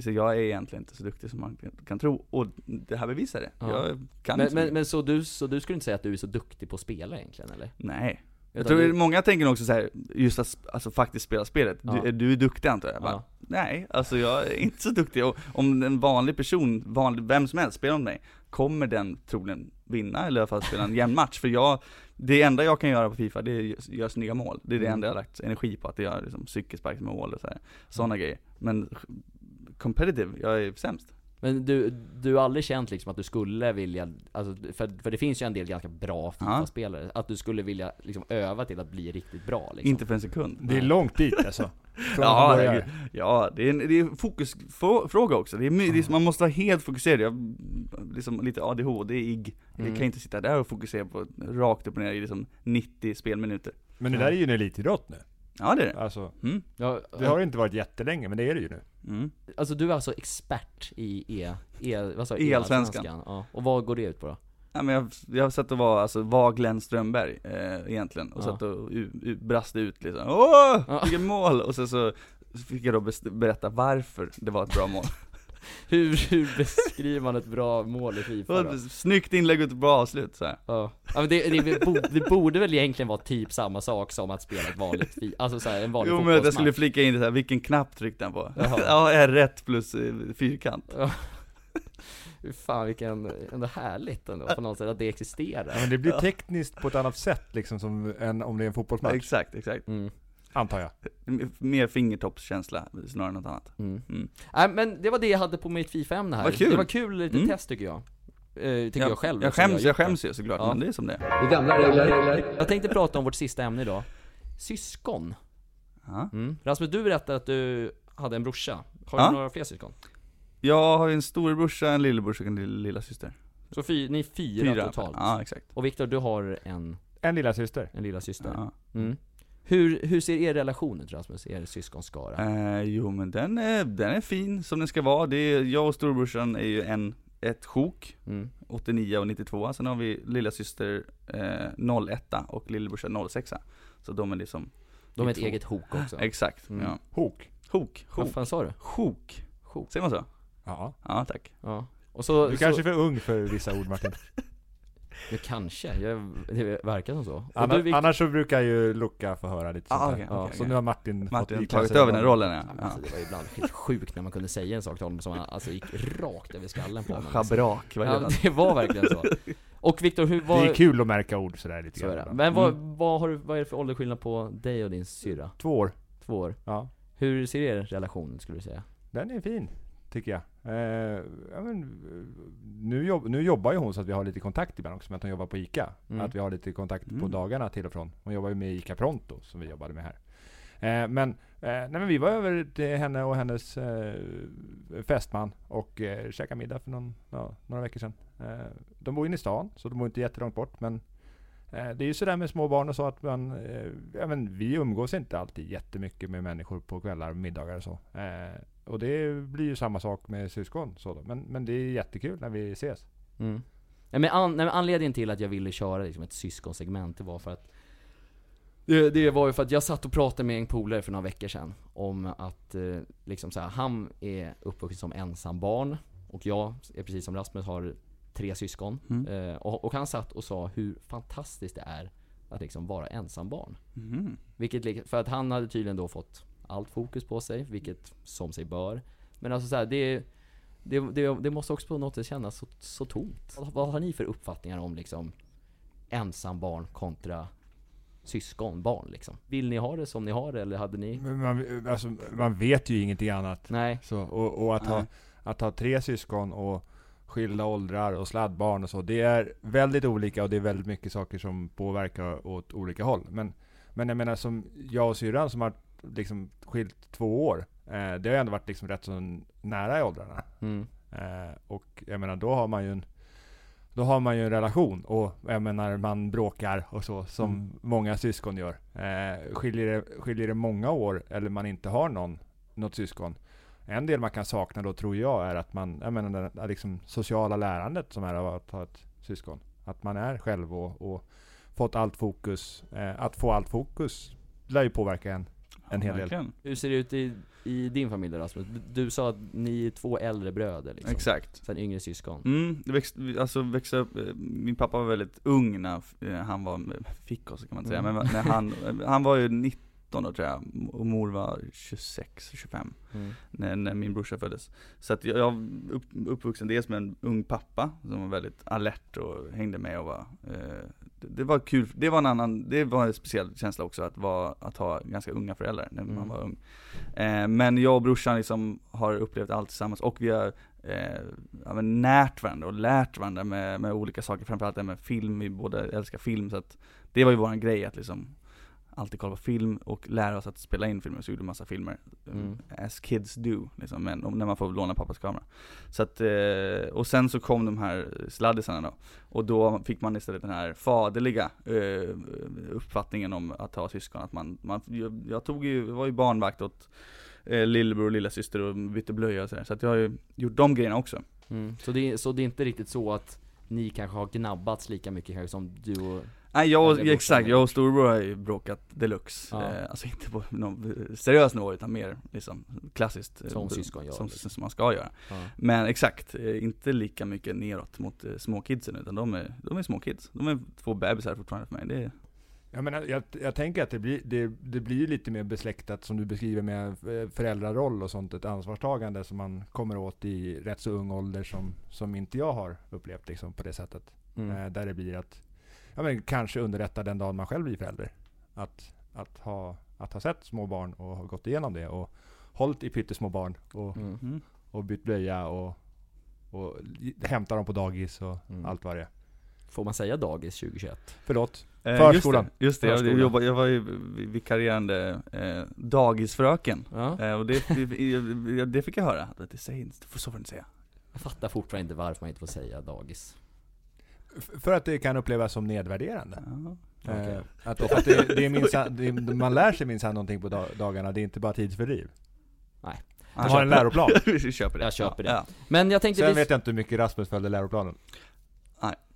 C: så jag är egentligen inte så duktig som man kan tro. Och det här bevisar det.
B: Ja.
C: Jag kan
B: Men,
C: inte
B: men,
C: så mycket.
B: men så, du, så du skulle inte säga att du är så duktig på att spela egentligen eller?
C: Nej. Jag
B: Utan
C: tror
B: du-
C: många tänker nog också så här, just att sp- alltså, faktiskt spela spelet. Du,
B: Ja.
C: är du är duktig antar jag? Jag Bara,
B: Ja.
C: Nej, alltså jag är inte så duktig. Och om en vanlig person, vanlig, vem som helst, spelar om mig, kommer den troligen vinna eller i alla fall spela en jämn match. För jag, det enda jag kan göra på Fifa, det är att göra snygga mål. Det är det
B: Mm.
C: enda jag har lagt energi på, att göra liksom, cykelsparksmål och sådana
B: Mm.
C: såna grejer. Men competitive, jag är sämst.
B: Men du, du har aldrig känt liksom att du skulle vilja, alltså, för, för det finns ju en del ganska bra Fifa-spelare, att du skulle vilja liksom öva till att bli riktigt bra liksom.
C: Inte för en sekund.
A: Det är långt dit alltså. Från
C: Ja,
A: att börja.
C: herregud. Ja, det är en det är en fokusfråga också. Det är, my- det är, man måste vara helt fokuserad. Jag, liksom lite ADHD-igg. Jag
B: Mm.
C: kan inte sitta där och fokusera på rakt upp och ner i liksom 90 spelminuter.
A: Men det där är ju en elitidrott nu.
C: Ja det är det.
A: Alltså,
C: Mm.
B: Ja,
A: det har inte varit jättelänge, men det är det ju nu.
C: Mm.
B: Alltså du är alltså expert i E, e vad sa jag?
C: E-allsvenskan.
B: E-allsvenskan, Ja. Och vad går det ut på då?
C: Ja, men jag, jag satt och var, alltså, var Glenn Strömberg eh, egentligen, och
B: Ja.
C: satt och u, u, brast ut liksom Åh!
B: Ja.
C: Vilket mål! Och sen så fick jag då best- berätta varför det var ett bra mål.
B: Hur, hur beskriver man ett bra mål i
C: Det var
B: Fifa då?
C: ett snyggt inlägg och ett bra avslut så här.
B: Ja, ja men det, det, bo- det borde väl egentligen vara typ samma sak som att spela ett vanligt fi- alltså så här, en vanlig
C: Jo men jag
B: fotbollsmatch.
C: skulle flika in det så här, vilken knapp tryckte han på?
B: Jaha.
C: ja, R1 plus eh, fyrkant.
B: Fy Fan vilken, ändå härligt ändå på något sätt att det
A: Ja,
B: existerar.
A: men det blir tekniskt på ett annat sätt liksom, som en, om det är en
C: Ja,
A: fotbollsmatch.
C: exakt, exakt.
B: Mm,
A: Antar jag.
C: M- Mer fingertoppskänsla snarare än något annat.
B: mm.
C: Mm.
B: Nej men det var det jag hade på mitt Fifa-ämne här.
C: Vad kul.
B: Det var kul litet
C: Mm.
B: test tycker jag. Eh, tycker jag, själv.
C: Jag
B: som har
C: skäms,
B: gjort
C: jag
B: det.
C: skäms ju såklart,
B: Ja.
C: men det är som det är.
B: Jag tänkte prata om vårt sista ämne idag. Syskon.
C: Ja.
B: Mm. Rasmus, du berättade att du hade en brorsa. Har
C: Ja.
B: du några fler syskon?
C: Jag har ju en storebrorsa, en lillebrorsa och en lill- lillasyster.
B: Så fy, ni är fyra, totalt.
C: Ja, exakt.
B: Och Viktor, du har en,
A: En lilla syster.
B: en lilla syster.
C: Ja.
B: Mm. Hur, hur ser er relation ut Rasmus, er syskonskara?
C: Eh, jo men den är, den är fin som den ska vara. Det är, jag och storebrorsan är ju en, ett sjok,
B: Mm.
C: 89 och 92. Sen har vi lillasyster eh, 01 och lillebrorsa 06. Så de är liksom
B: De är ett
C: två.
B: eget hok också.
C: Exakt,
B: Mm.
C: ja.
A: Hok.
C: Hok,
B: Vad
C: hok,
B: fan sa du?
C: hok.
B: Sjok?
C: Säger man så?
A: Ja.
C: Ja, tack.
B: Ja. Och så,
A: Du
B: så,
A: kanske är för ung för vissa ord Martin.
B: Ja, kanske. Jag, det verkar som så. Och du,
A: Annars,
B: Viktor,
A: annars så brukar ju Luca få höra lite sånt
C: Ah,
A: där.
C: okej,
B: Ja,
C: okej,
A: Så
C: okej.
A: nu har Martin, fått
C: Martin har
A: ikläda
C: tagit
A: sig
C: över
A: rollen.
C: den rollen ja.
B: alltså, det var ibland helt sjukt när man kunde säga en sak till honom som han alltså, gick rakt över skallen på
C: ja.
B: honom.
C: Schabrak, vad är
B: Ja,
C: det?
B: det var verkligen så. Och Viktor, hur
A: Det är
B: var...
A: kul att märka ord sådär lite
B: Så är det.
A: grann.
B: Men vad, vad, har, du- vad är det för åldersskillnad på dig och din syrra?
A: Två år.
B: Två år.
A: Ja.
B: Hur ser er relation ut, skulle du säga?
A: Den är fin, tycker jag. Eh, ja, men, eh, nu, jobb, nu jobbar ju hon så att vi har lite kontakt ibland också, med att hon jobbar på ICA.
B: Mm.
A: Att vi har lite kontakt på
C: Mm.
A: dagarna till och från. Hon jobbar ju med ICA Pronto, som vi jobbade med här. Eh, men, eh, nej, men vi var över till henne och hennes eh, fästman och eh, käkade middag för någon, ja, några veckor sedan. Eh, de bor inne i stan, så de bor inte jättelångt bort. Men eh, det är ju sådär med små barn och så att man, eh, ja, men vi umgås inte alltid jättemycket med människor på kvällar och middagar och så. Eh, och det blir ju samma sak med syskon. Så då. Men, men det är jättekul när vi ses.
B: Mm. Nej, men an, nej, men anledningen till att jag ville köra liksom ett syskonsegment, det var för att det, det var ju för att jag satt och pratade med en polare för några veckor sedan om att eh, liksom så här, han är uppvuxen som ensam barn och jag är precis som Rasmus har tre syskon.
C: Mm.
B: Eh, och, och han satt och sa hur fantastiskt det är att liksom vara ensam barn.
C: Mhm.
B: Vilket, lik- för att han hade tydligen då fått allt fokus på sig, vilket som sig bör. Men alltså så här, det, det, det, det måste också på något sätt kännas så, så tomt. Vad, vad har ni för uppfattningar om liksom ensambarn kontra syskonbarn liksom? Vill ni ha det som ni har det eller hade ni?
A: Men man, alltså, man vet ju ingenting annat
B: Nej.
A: Så, och och att, ha,
C: Nej.
A: att ha tre syskon och skilda åldrar och sladdbarn och så. Det är väldigt olika och det är väldigt mycket saker som påverkar åt olika håll. Men, men jag menar som jag och syrran som har liksom skilt två år. Eh, det har ändå varit liksom rätt så nära i åldrarna.
B: Mm.
A: Eh, och jag menar, då har man ju en då har man ju en relation och jag menar man bråkar och så som många syskon gör. Eh, skiljer, det, skiljer det många år eller man inte har någon, något syskon. En del man kan sakna då tror jag är att man, jag menar det där liksom sociala lärandet som är av att ha ett syskon. Att man är själv och, och fått allt fokus. Eh, att få allt fokus lär ju påverka en en hel del.
C: Verkligen.
B: Hur ser det ut i, i din familj då Rasmus? Du sa att ni är två äldre bröder liksom.
C: Exakt.
B: Sen yngre syskon.
C: Mm, det växt, vi- alltså växa upp, eh, min pappa var väldigt ung när eh, han var, fick oss kan man inte säga,
B: Mm.
C: men när han, eh, han var ju 19 då tror jag, och mor var 26, 25
B: Mm.
C: när, när min brorsa föddes. Så att jag, jag var upp, uppvuxen dels med en ung pappa som var väldigt alert och hängde med och var, eh, det, det var kul, det var en annan, det var en speciell känsla också att, vara, att ha ganska unga föräldrar när man
B: Mm.
C: var ung. Eh, men jag och brorsan liksom har upplevt allt tillsammans och vi har Eh, ja, men närt varandra och lärt varandra med, med olika saker, framförallt det här med film, vi båda älskar film så att Det var ju våran grej att liksom Alltid kolla på film och lära oss att spela in filmer, så gjorde vi massa filmer
B: Mm.
C: As kids do, liksom, men om, när man får låna pappas kamera. Så att, eh, och sen så kom de här sladdisarna då. Och då fick man istället den här faderliga eh, uppfattningen om att ha syskon. Att man, man, jag, jag tog ju, jag var ju barnvakt åt eh, lillebror och lillasyster och bytte blöja och sådär. Så att jag har ju gjort de grejerna också.
B: Mm. Så, det, är- så det är inte riktigt så att ni kanske har gnabbats lika mycket kanske som du och...
C: Nej jag,
B: Eller brorsan
C: exakt,
B: eller-
C: jag och storebror har ju bråkat deluxe.
B: Ja.
C: Eh, alltså inte på någon seriös nivå utan mer liksom klassiskt. eh,
B: Som syskon gör,
C: Som,
B: liksom.
C: som man ska göra.
B: Ja.
C: Men exakt, eh, inte lika mycket neråt mot eh, småkidsen utan de är, de är småkids. De är två bebisar fortfarande för mig. Det är,
A: Jag, menar, jag, jag tänker att det blir, det, det blir lite mer besläktat som du beskriver med eh, föräldraroll och sånt. Ett ansvarstagande som man kommer åt i rätt så ung ålder som, som inte jag har upplevt liksom, på det sättet.
B: Mm.
A: Eh, där det blir att ja, men kanske underlätta den dagen man själv blir förälder. Att, att, ha, att ha sett små barn och ha gått igenom det och hållit i pyttesmå barn och,
B: Mm.
A: och bytt blöja och, och hämta dem på dagis och
B: Mm.
A: allt vad det är.
B: Får man säga dagis 2021?
A: Förlåt.
C: Eh,
A: Förskolan.
C: Just det, just det. Jag,
B: Förskolan.
C: jobbar, jag var ju vi- vikarierande eh, dagisfröken.
B: Ja.
C: Eh, och det, det- det fick jag höra. Att Det säger inte, så får du inte säga.
B: Jag fattar fortfarande inte varför man inte får säga dagis.
A: F- För att det kan upplevas som nedvärderande.
C: Ja.
B: Okej.
A: Eh, att, för att det, det är minsann- det, är- man lär sig minsann någonting på dag, dagarna, det är inte bara tidsfördriv. De har en läroplan.
C: Vi köper det.
B: Jag köper det.
C: Ja.
B: Men jag tänkte,
A: Sen
B: vi...
A: vet jag inte hur mycket Rasmus följde läroplanen.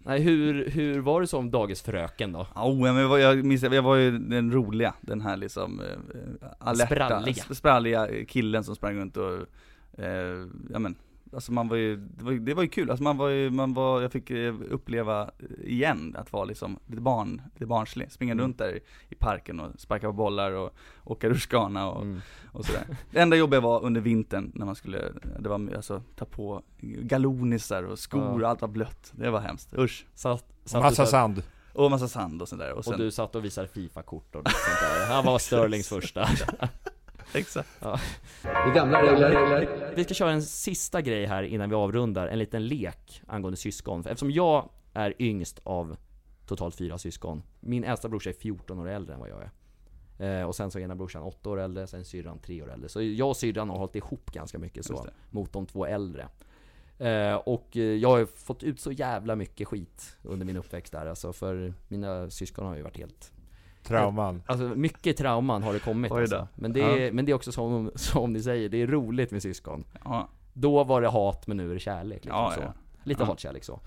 B: Nej, hur, hur var du som dagisfröken då?
C: Ja, oh, men jag, var, jag minns, jag var ju den roliga, den här liksom eh, alerta,
B: Spralliga.
C: sp- spralliga killen som sprang runt och, eh, ja men, alltså man var ju, det var, ju- det var ju kul, alltså man var ju, man var, jag fick eh, uppleva eh, igen att vara liksom lite barn, lite barnslig, springa
B: Mm.
C: runt där i, i parken och sparka på bollar och åka rutschkana och,
B: Mm.
C: och sådär. Det enda jobbet var under vintern när man skulle, det var alltså ta på galonisar och skor
B: Ja.
C: och allt var blött, det var hemskt, usch.
B: Satt, satt
A: Massa
B: du så-
A: sand.
C: Och massa sand och sådär. Och, sen,
B: Och du satt och visade FIFA-kort och sånt där. Han var Sterlings första.
C: exakt.
B: Vi ska köra en sista grej här innan vi avrundar, en liten lek angående syskon. Eftersom jag är yngst av totalt fyra syskon. Min äldsta brorsa är 14 år äldre än vad jag är. Eh, och sen så är ena brorsan 8 år äldre, sen syrran 3 år äldre. Så jag och syrran har hållit ihop ganska mycket
C: Just
B: så,
C: det.
B: mot de två äldre. Eh, och eh, jag har ju fått ut så jävla mycket skit under min uppväxt där alltså, för mina syskon har ju varit helt
A: Trauman.
B: Alltså mycket trauman har det kommit
C: Oj då.
B: alltså. men, det är, men det är också som, som ni säger, det är roligt med syskon.
C: Ja,
B: Då var det hat men nu är det kärlek. Liksom,
C: Ja,
B: så.
C: ja.
B: Lite
C: Ja.
B: hatkärlek så.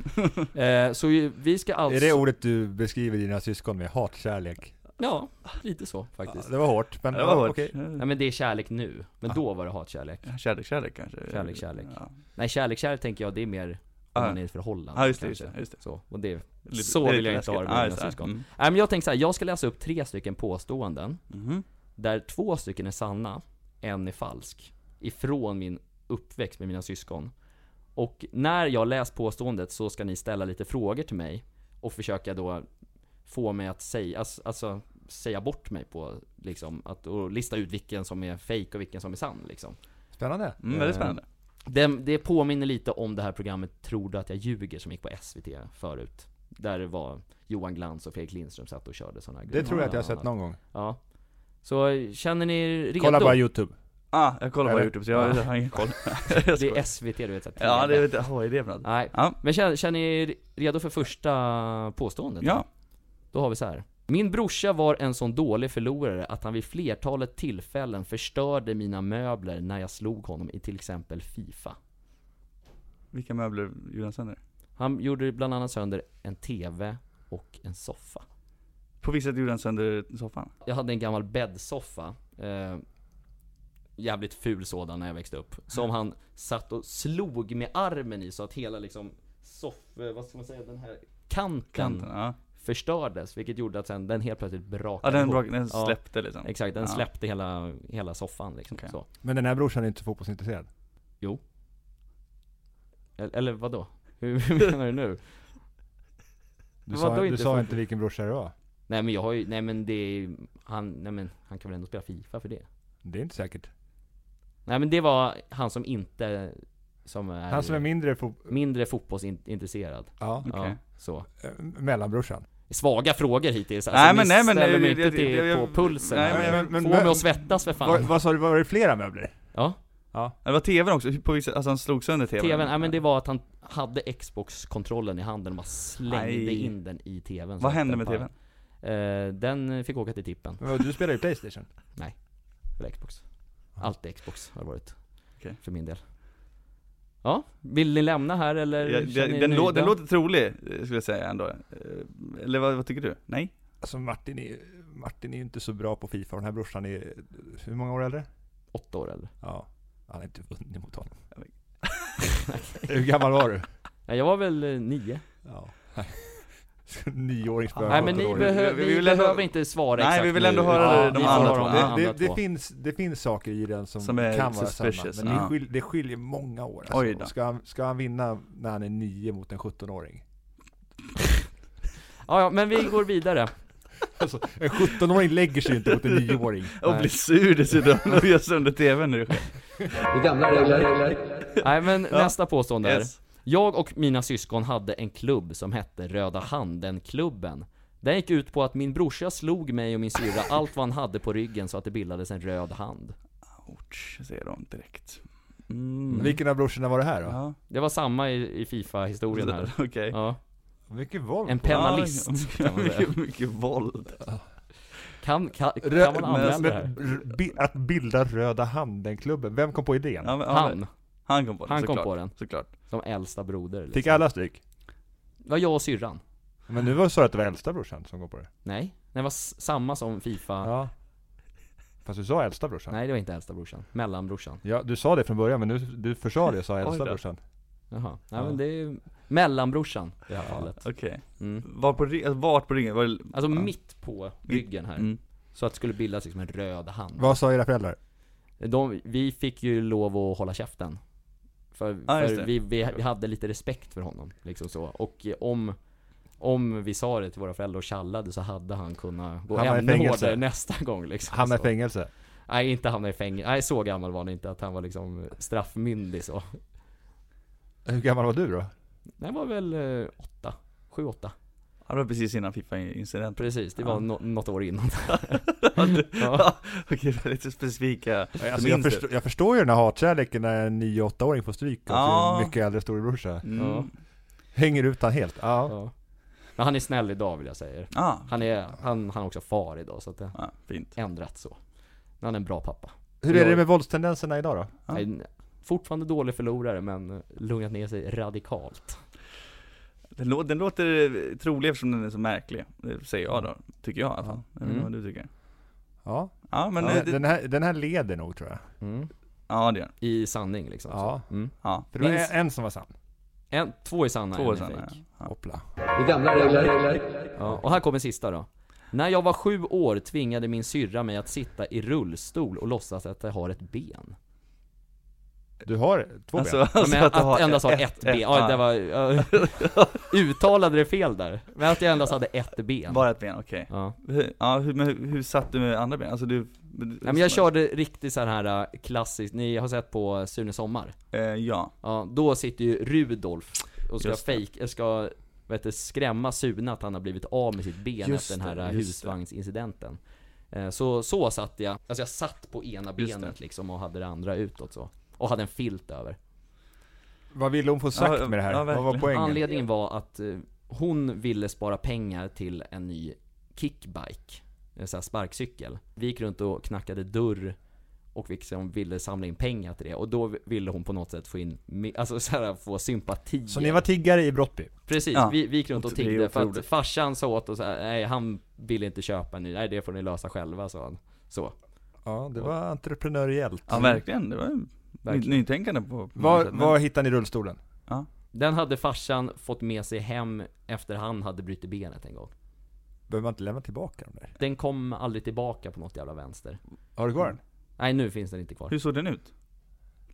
B: eh, så ju- vi ska alltså...
A: Är det ordet du beskriver dina syskon med? Hatkärlek?
B: Ja, lite så
A: Ja,
B: faktiskt.
A: det var hårt, men
C: det var hårt.
A: okej.
B: Nej men det är kärlek nu, men
A: Ja.
B: då var det hatkärlek.
C: Eh, Kärlek, kärlek kanske?
B: Kärlek, kärlek.
C: Ja,
B: Nej kärlek, kärlek tänker jag det är mer om
C: Ja.
B: man är i ett förhållande.
C: ja just, det, just
B: kanske.
C: det, just det.
B: Så, och det,
C: Lite-
B: så
C: det är
B: vill
C: lite
B: jag inte
C: läskigt.
B: ha det med
C: Ja,
B: mina
C: just det.
B: syskon.
C: Mm.
B: Nej men jag tänker så här, jag ska läsa upp tre stycken påståenden.
C: Mhm.
B: Där två stycken är sanna, en är falsk. Ifrån min uppväxt med mina syskon. Och när jag läst påståendet så ska ni ställa lite frågor till mig. Och försöka då få mig att säga, alltså, alltså säga bort mig på liksom, att, och lista ut vilken som är fake och vilken som är sann liksom.
A: Spännande.
C: Mm, väldigt
B: Eh,
C: spännande.
B: Det, det påminner lite om det här programmet 'Tror du att jag ljuger?' som gick på SVT förut. Där det var Johan Glans och Fredrik Lindström satt och körde sådana här
A: Det tror jag att jag har
B: bland
A: sett
B: annat.
A: någon gång.
B: Ja. Så eh, känner ni er redo?
A: Kolla bara youtube.
C: Ah, jag kollar bara
A: Eller?
C: Youtube så jag, jag har ingen koll. Jag
B: Det är
C: skojar.
B: SVT du vet. så att-
C: ja, det vet jag. Vad är det för något?
B: Nej.
C: Ja.
B: Men känner, känner ni er redo för första påståendet?
C: Ja.
B: Då har vi så här. Min brorsa var en sån dålig förlorare att han vid flertalet tillfällen förstörde mina möbler när jag slog honom i till exempel Fifa.
C: Vilka möbler gjorde han sönder?
B: Han gjorde bland annat sönder en TV och en soffa.
C: På vilket sätt gjorde han sönder soffan?
B: Jag hade en gammal bäddsoffa. Eh, jävligt ful sådan när jag växte upp. Som
C: Mm.
B: han satt och slog med armen i så att hela liksom soff... eh, Vad ska man säga? Den här kanten,
C: Kanten? Ja.
B: förstördes. Vilket gjorde att sen den helt plötsligt brakade
C: ja den,
B: ihop.
C: brak, den
B: Ja.
C: släppte liksom.
B: Exakt, den
C: Ja.
B: släppte hela, hela soffan liksom.
C: Okej.
B: Så.
A: Men den här brorsan är inte fotbollsintresserad.
B: Eller, eller vadå? Hur, hur menar du nu?
A: Du
B: Vadå
A: sa, du
B: inte
A: sa
B: fotboll?
A: inte vilken brorsa det var.
B: Nej men jag har ju, nej men det är ju- han, nej men han kan väl ändå spela FIFA för det?
A: Det är inte säkert.
B: Nej men det var han som inte, som är,
A: Han som är mindre fo-
B: mindre fotbollsintresserad.
A: Ja,
B: Ja,
C: Okej.
B: så.
A: eh, mellanbrorsan.
B: Svaga frågor hittills. Alltså,
C: Nej,
B: ni
C: men- nej, men-
B: ställer mig
C: jag-
B: inte
C: jag-
B: till,
C: jag-
B: på pulsen.
C: nej,
A: men-
B: här.
A: men- men-
B: Få
A: men-
B: mig att svettas för fan.
A: Vad vad sa du, var det flera möbler?
B: ja,
C: Ja, Det var tvn också, Hur- på vilket sätt, alltså han slog sönder tvn?
B: tvn, nej men det var att han hade Xbox-kontrollen i handen och bara slängde
C: Aj.
B: in den i tvn. så
C: Vad
B: att
C: hände
B: den
C: med
B: bara-
C: tvn?
B: Eh, den fick åka till tippen.
A: Men Du spelar ju Playstation.
B: Eller Xbox. Alltid Xbox har det varit.
C: Okej.
B: För min del. Ja, vill ni lämna här eller?
C: Ja,
B: känner ni
C: det- den,
B: er
C: lå,
B: nöjda?
C: den låter trolig, eh, skulle jag säga ändå. Eh, Eller vad, vad tycker du? Nej?
A: Alltså Martin är, Martin är ju inte så bra på Fifa och den här brorsan är, hur många år äldre?
B: Åtta år eller?
A: Ja. Han har inte vunnit mot honom. hur gammal var du?
B: Nej, jag var väl eh, nio.
A: Ja. Nioåring spöar
B: Nej men ni,
A: åttaåring.
B: behö-
C: Vi- vi
B: ni
C: vill ändå-
B: behöver inte svara
C: Nej,
B: exakt
C: vi vill
B: nu,
C: ändå
B: utan
C: höra
B: ni
C: de
B: får
C: andra
B: höra
C: två.
B: de
C: Ja.
B: andra
A: det, det,
B: två.
A: finns, det finns saker i den som,
C: Som är
A: kan vara
C: suspicious,
A: sanna. Men
C: ja.
A: det, skil, det skiljer många år.
C: Oj då.
A: Alltså. Ska, han, ska han vinna när han är nio mot en 17-åring?
B: Ja, ja, men vi går vidare.
A: Alltså, en 17-åring lägger sig ju inte mot en 9-åring.
C: Och
B: Nej.
C: blir sur dessutom, och gör sönder tvn nu.
B: Nej men nästa påstående här.
C: Yes.
B: Jag och mina syskon hade en klubb som hette Röda Handen-klubben. Den gick ut på att min brorsa slog mig och min syrra allt vad han hade på ryggen så att det bildades en röd hand.
C: Ouch, säger de direkt. Mm.
A: Vilken av brorsorna var det här då?
C: Ja,
B: Det var samma i, i Fifa-historien här.
C: okej.
B: Ja.
A: Mycket våld.
B: En
A: på-
B: pen- Penalist, kan man säga.
C: mycket, mycket våld.
B: Kan, kan,
A: Rö-
B: kan man
A: men-
B: använda det här?
A: men- r- bi- Att bilda Röda Handen-klubben, vem kom på idén?
C: Ja, men, ja, men-
B: Han,
C: han kom på den
B: han kom
C: såklart.
B: på den.
C: såklart.
B: Som äldsta broder.
A: Fick
B: Liksom.
A: alla stryk?
B: Det var jag och syrran.
A: Men nu var- sa du att det var äldsta brorsan som kom på det?
B: Nej, det var s- samma som Fifa.
A: Ja. Fast du sa äldsta brorsan?
B: Nej, det var inte äldsta brorsan. Mellanbrorsan.
A: Ja, du sa det från början men nu, du försa det och sa äldsta
C: Oj då.
A: brorsan.
B: Jaha. Nej,
A: Ja.
B: men det är ju mellanbrorsan i det här fallet.
C: Okej.
B: Mm.
C: Var på ring- alltså, vart på ringen? Var det...
B: Alltså
C: Ja.
B: mitt på ryggen här.
C: Mm.
B: Så att det skulle bildas liksom en röd hand.
A: Vad sa era föräldrar?
B: De, vi fick ju lov att hålla käften. För,
C: Ja, just
B: för
C: det.
B: vi, vi, vi hade lite respekt för honom. Liksom så. Och eh, om, om vi sa det till våra föräldrar och tjallade så hade han kunnat gå
A: Hamna i
B: ännu
A: fängelse.
B: hårdare nästa gång. Liksom,
A: Hamna i
B: så.
A: fängelse.
B: Nej, inte hamna i fängelse. Nej, så gammal var han inte att han var liksom straffmyndig så.
A: Hur gammal var du då?
B: Det var väl eh, åtta, sju, åtta.
C: Ja, det var precis innan Fifa-incidenten.
B: Precis, det
C: Ja.
B: var no, något år innan. ja.
C: Ja. Okej, väldigt specifika.
A: Alltså, jag,
C: minns
A: förstår, jag förstår ju den här hatkärleken när en 9-8-åring får stryk av
C: Ja.
A: sin mycket äldre storebrorsa.
C: Mm.
B: Ja.
A: Hänger ut han helt. Ja.
B: Ja. Men han är snäll idag vill jag säga er.
C: Ah,
B: Han är, han, han är också far idag så att det
C: ja, fint.
B: har ändrats så. Men han är en bra pappa.
A: Hur är det med våldstendenserna idag då?
C: Ja.
B: Nej, fortfarande dålig förlorare men lugnat ner sig radikalt.
C: Den, lå- den låter eh, trolig eftersom den är så märklig, Det säger jag då. Tycker jag i alla fall. Jag vet inte
B: Mm.
C: vad du tycker.
A: Ja.
C: Ja, men
A: ja,
C: eh, det,
A: den, här, den här leder nog tror jag.
B: Mm.
C: ja det gör den.
B: I sanning liksom.
A: Ja.
B: Så. Mm.
C: Ja.
A: För det var
B: Minns-
A: en, en som var sann.
B: En, två är sanna,
C: Två
B: en är
C: sådana,
B: fejk.
C: ja. Ja.
A: Hoppla.
B: Ja, och här kommer sista då. När jag var sju år tvingade min syrra mig att sitta i rullstol och låtsas att jag har ett ben.
A: Du har två
C: Alltså,
A: ben.
C: alltså
B: men att,
C: du har
B: endast ha ett, ben, ja det var... ja. uttalade det fel där. Men att jag endast hade ett ben.
C: Bara ett ben, okej.
B: Ja.
C: Hur- Ja, hur, men hur, hur satt du med andra ben? Alltså du... Nej,
B: Nej, men jag körde riktigt så här äh, klassiskt, ni har sett på Sune Sommar?
C: Eh, ja.
B: Ja, då sitter ju Rudolf och ska
C: Just det.
B: fejk, äh, ska vet du, skrämma Sune att han har blivit av med sitt ben
C: Just
B: efter den
C: det,
B: här äh,
C: just det.
B: husvagnsincidenten. Eh, Så, så satt jag, alltså jag satt på ena
C: Just det.
B: benet liksom och hade det andra utåt så. Och hade en filt över.
A: Vad ville hon få sagt
C: Ja,
A: med det här?
C: ja,
A: Vad var
C: verkligen.
A: poängen?
B: Anledningen var att eh, hon ville spara pengar till en ny kickbike. En sån här sparkcykel. Vi gick runt och knackade dörr och liksom ville samla in pengar till det. Och då ville hon på något sätt få in, mi- alltså så här, få sympati.
D: Så ni var tiggare i Brottby?
B: Precis,
C: Ja.
B: vi, vi gick runt och
C: Det är
B: tiggde för att
C: otroligt.
B: farsan sa åt oss att nej han ville inte köpa en ny, nej det får ni lösa själva sa han. Så.
A: Ja, det var entreprenöriellt.
C: Ja verkligen, Mm. det var ju ny,
B: Mm. Verkligen.
C: nytänkande på, på
A: Var,
C: många sätt.
A: var hittade ni rullstolen?
B: Den hade farsan fått med sig hem efter han hade brutit benet en gång.
A: Behöver man inte lämna tillbaka den där?
B: Den kom aldrig tillbaka på något jävla vänster.
A: Har du kvar den?
B: Nej nu finns den inte
C: Men
B: kvar.
C: Hur såg den ut?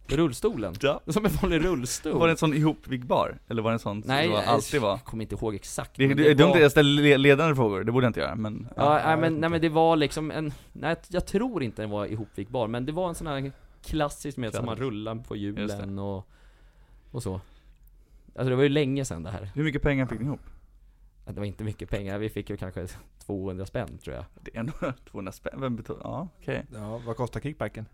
B: Rullstolen.
C: Ja.
B: Som en vanlig rullstol.
C: Var det en sån ihopvikbar? Eller var det en sån
B: nej,
C: som det
B: jag
C: var- alltid var?
B: Jag kommer inte ihåg exakt.
C: Det, det,
B: men
C: är dumt
B: var-
C: att jag ställer le- ledande frågor, det borde jag inte göra men
B: Ja, nej,
A: jag vet
B: men,
A: inte.
B: nej men det var liksom en, nej jag tror inte den var ihopvikbar men det var en sån här klassisk med som man rullar på
C: Just
B: hjulen och, och så. Alltså det var ju länge sedan det här.
C: Hur mycket pengar fick ni ihop?
B: Det var inte mycket pengar, vi fick ju kanske 200 spänn tror jag.
C: Det är ändå 200 spänn, vem betalar? Ja, okej.
A: Mm. Ja, vad kostar kickbacken?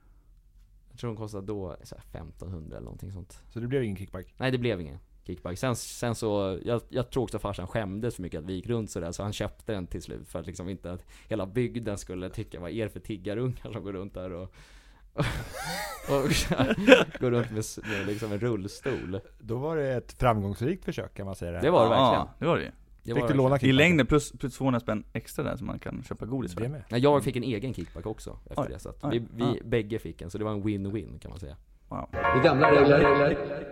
B: Jag tror de kostade då så här 1500 eller någonting sånt.
A: Så det blev ingen kickback?
B: Nej det blev ingen kickback. Sen, sen så, jag, jag tror också farsan skämdes för mycket att vi gick runt sådär så han köpte den till slut för att liksom inte att hela bygden skulle tycka vad är det för tiggarungar som går runt där och och går runt med, s- med liksom en rullstol.
A: Då var det ett framgångsrikt försök kan man säga det.
B: Det var det verkligen.
C: Ja, det var det ju.
B: Det var
A: Fick du
B: verkligen.
A: låna
C: I
A: kickbacken?
C: längden plus, plus 200 spänn extra där som man kan köpa godis
A: Det
C: för.
A: med.
B: Nej, jag fick en egen kickback också efter
C: Oj,
B: det så att
C: oj,
B: vi, vi
C: ja.
B: bägge fick en så det var en win-win kan man säga.
C: Wow.
B: Men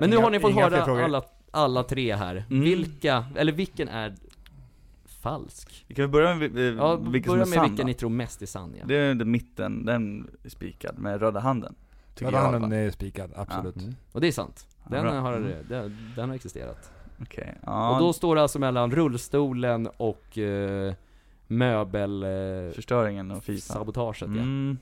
B: nu
A: Inga-
B: har ni fått
A: inga fler
B: höra
A: frågor. Mm.
B: alla, alla tre här. Vilka, eller vilken är falsk?
C: Vi kan väl börja med eh,
B: Ja,
C: vilken
B: börja
C: som är
B: med
C: sann
B: vilken
C: då?
B: ni tror mest är sann ja.
C: Det är den mitten, den är spikad med röda handen. Tycker
A: Ja,
C: jag i alla
A: handen
C: fall.
A: är eh, spikad, absolut.
B: Mm. Och det är sant. Den
C: Bra.
B: har,
C: Mm.
B: den, den har existerat.
C: Okej, ja.
B: Och då står det alltså mellan rullstolen och eh, möbel... Eh,
C: förstöringen och Fifa.
B: sabotaget ja.
C: Mm.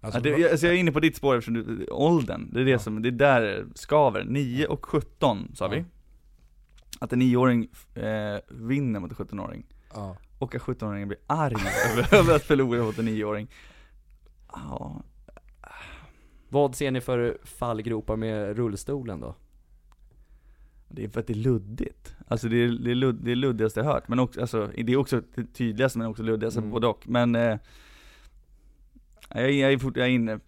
A: Alltså,
C: ja, det, jag, alltså jag är inne på ditt spår eftersom du, åldern, det är det
A: Ja.
C: som, det är där det skaver. 9 och 17 sa
B: Ja.
C: vi. Att en 9-åring eh, vinner mot en 17-åring.
A: ja.
C: Och att 17-åringen blir arg över- över att förlora mot en 9-åring. Ja,
B: Vad ser ni för fallgropar med rullstolen då?
C: det är för att det är luddigt. Alltså det är det, är lud, det är luddigaste jag hört. Men också, alltså, det är också det tydligaste men också luddigaste,
B: Mm.
C: både och. Men eh, jag, är- jag, är fort, jag är inne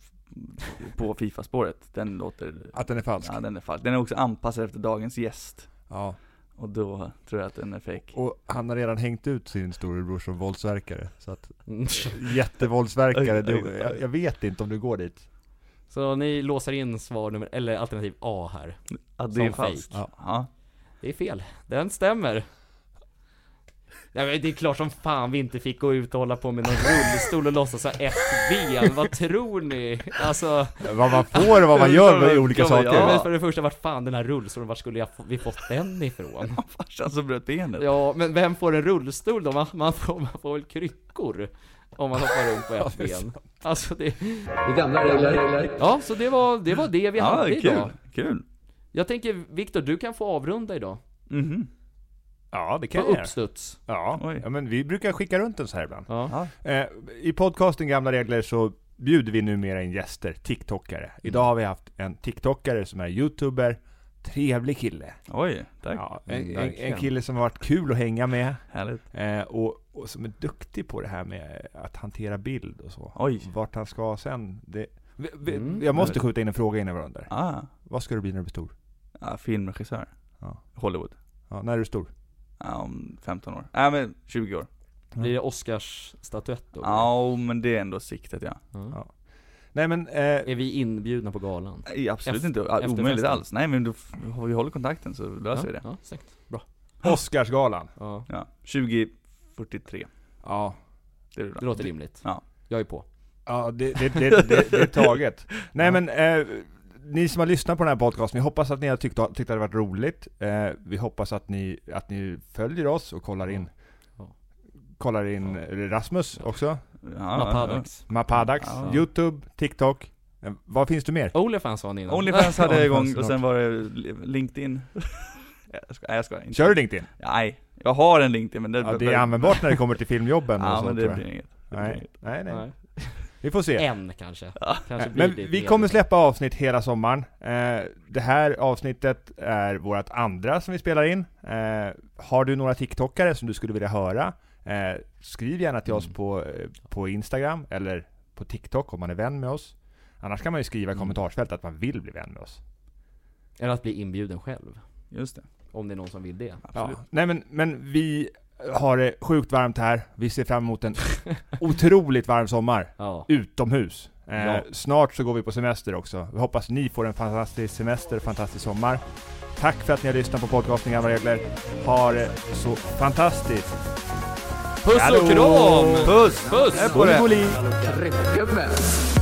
C: på Fifa-spåret. Den låter,
A: Att den är falsk?
C: ja den är falsk. Den är också anpassad efter dagens gäst.
A: Ja.
C: Och då tror jag att den är fake.
A: Och han har redan hängt ut sin storebror som våldsverkare. Så att,
B: Mm.
A: jättevåldsverkare,
C: Oj,
A: det,
C: oj, oj.
A: jag, jag vet inte om du går dit.
B: Så ni låser in svar nummer, eller alternativ A här.
C: Att
B: Som
C: det är falskt.
A: fake.
C: Ja.
B: Det är fel. Den stämmer. Ja, men det är klart som fan vi inte fick gå ut och hålla på med någon rullstol och låtsas ha ett ben. Vad tror ni? Alltså...
A: Vad man får och vad man gör med olika
C: Ja, men
A: saker.
C: jag-
B: Men för det första, vart fan den här rullstolen, vart skulle jag få, vi fått den ifrån?
C: Farsan som bröt benet.
B: Ja, men vem får en rullstol då? Man, man, får, man får väl kryckor? Om man hoppar runt på ett ben. Alltså det... Ja, så det var det, var det vi
C: Ja,
B: hade
C: kul.
B: idag.
C: Kul.
B: Jag tänker, Viktor, du kan få avrunda idag.
C: Mhm.
A: Ja, det
B: På
A: kan jag göra.
B: uppstuds.
A: Ja.
C: Oj.
A: ja, men vi brukar skicka runt den så här ibland.
B: Ja.
A: Eh, I podcasten Gamla Regler så bjuder vi numera in gäster, TikTokare.
C: Mm.
A: Idag har vi haft en TikTokare som är YouTuber, trevlig kille.
C: Oj, tack.
A: Ja,
C: Mm,
A: en, en, en
C: verkligen.
A: kille som har varit kul att hänga med
C: Härligt.
A: eh, och, och som är duktig på det här med att hantera bild och så.
C: Oj.
A: Vart han ska sen, det... vi- vi-
B: Mm.
A: Jag måste skjuta in en fråga innan vi rundar.
C: Ah.
A: Vad ska du bli när du blir stor?
C: Ja, filmregissör.
A: Ja.
C: Hollywood.
A: Ja, när är du stor?
C: Ja, om 15 år. Nej men 20 år.
B: Blir det Oscarsstatyett då?
C: Ja, men det är ändå siktet ja.
B: Ja.
A: Nej men, eh,
B: Är vi inbjudna på galan?
C: Nej, Absolut
B: Eft-
C: inte ah,
B: efter
C: omöjligt
B: festen.
C: alls. Nej men då, f- vi håller kontakten så löser vi det.
B: Ja, säkert. Bra.
A: Oscarsgalan.
B: Ja,
C: Ja. 2043.
A: Ja,
C: Det är det
B: det
C: bra.
B: låter rimligt.
C: Ja.
B: Jag är på.
A: Ja, det, det, det, det, det är taget. Nej men, eh, ni som har lyssnat på den här podcasten, vi hoppas att ni har tyckt, tyckt att det har varit roligt. Eh, vi hoppas att ni, att ni följer oss och kollar in
B: Ja.
A: Kollar in
B: Ja.
A: eh, Rasmus också,
C: Ja,
B: Napadax.
A: Mapadax,
C: Ja.
A: Youtube, TikTok. Eh, vad finns det mer?
B: Onlyfans var han
C: ja.
B: innan.
C: Onlyfans hade jag
A: Onlyfans
C: igång och sen var det LinkedIn. jag skojar, nej, jag skojar inte.
A: Kör du LinkedIn?
C: Nej, jag har en LinkedIn men det,
A: Ja, det är användbart när det kommer till filmjobben och
C: Ja
A: så,
C: men
A: tror
C: det
A: jag.
C: blir inget.
A: Nej, nej, nej.
B: Nej.
A: Vi får se.
B: En kanske. kanske
A: Eh,
B: Eh, alltså, blir
A: Men
B: det
A: vi
B: ett
A: kommer
B: eget.
A: släppa avsnitt hela sommaren. Eh, Det här avsnittet är vårt andra som vi spelar in. Eh, Har du några TikTokare som du skulle vilja höra? eh, Skriv gärna till oss
B: Mm.
A: på, eh, på Instagram eller på TikTok om man är vän med oss. Annars kan man ju skriva i
B: Mm.
A: kommentarsfältet att man vill bli vän med oss.
B: Eller att bli inbjuden själv.
C: Just det,
B: Om det är någon som vill det.
A: Ja.
C: absolut.
A: Nej men, men vi har det sjukt varmt här. Vi ser fram emot en otroligt varm sommar.
B: Ja.
A: utomhus. Eh,
B: Ja.
A: Snart så går vi på semester också. Vi hoppas ni får en fantastisk semester, fantastisk sommar. Tack för att ni har lyssnat på podcasten Gamla Regler. Ha det så fantastiskt!
B: Puss och kram!
C: Puss!
B: Puss!
C: Hej på det!
A: Boliboli!
D: Tryckgubben!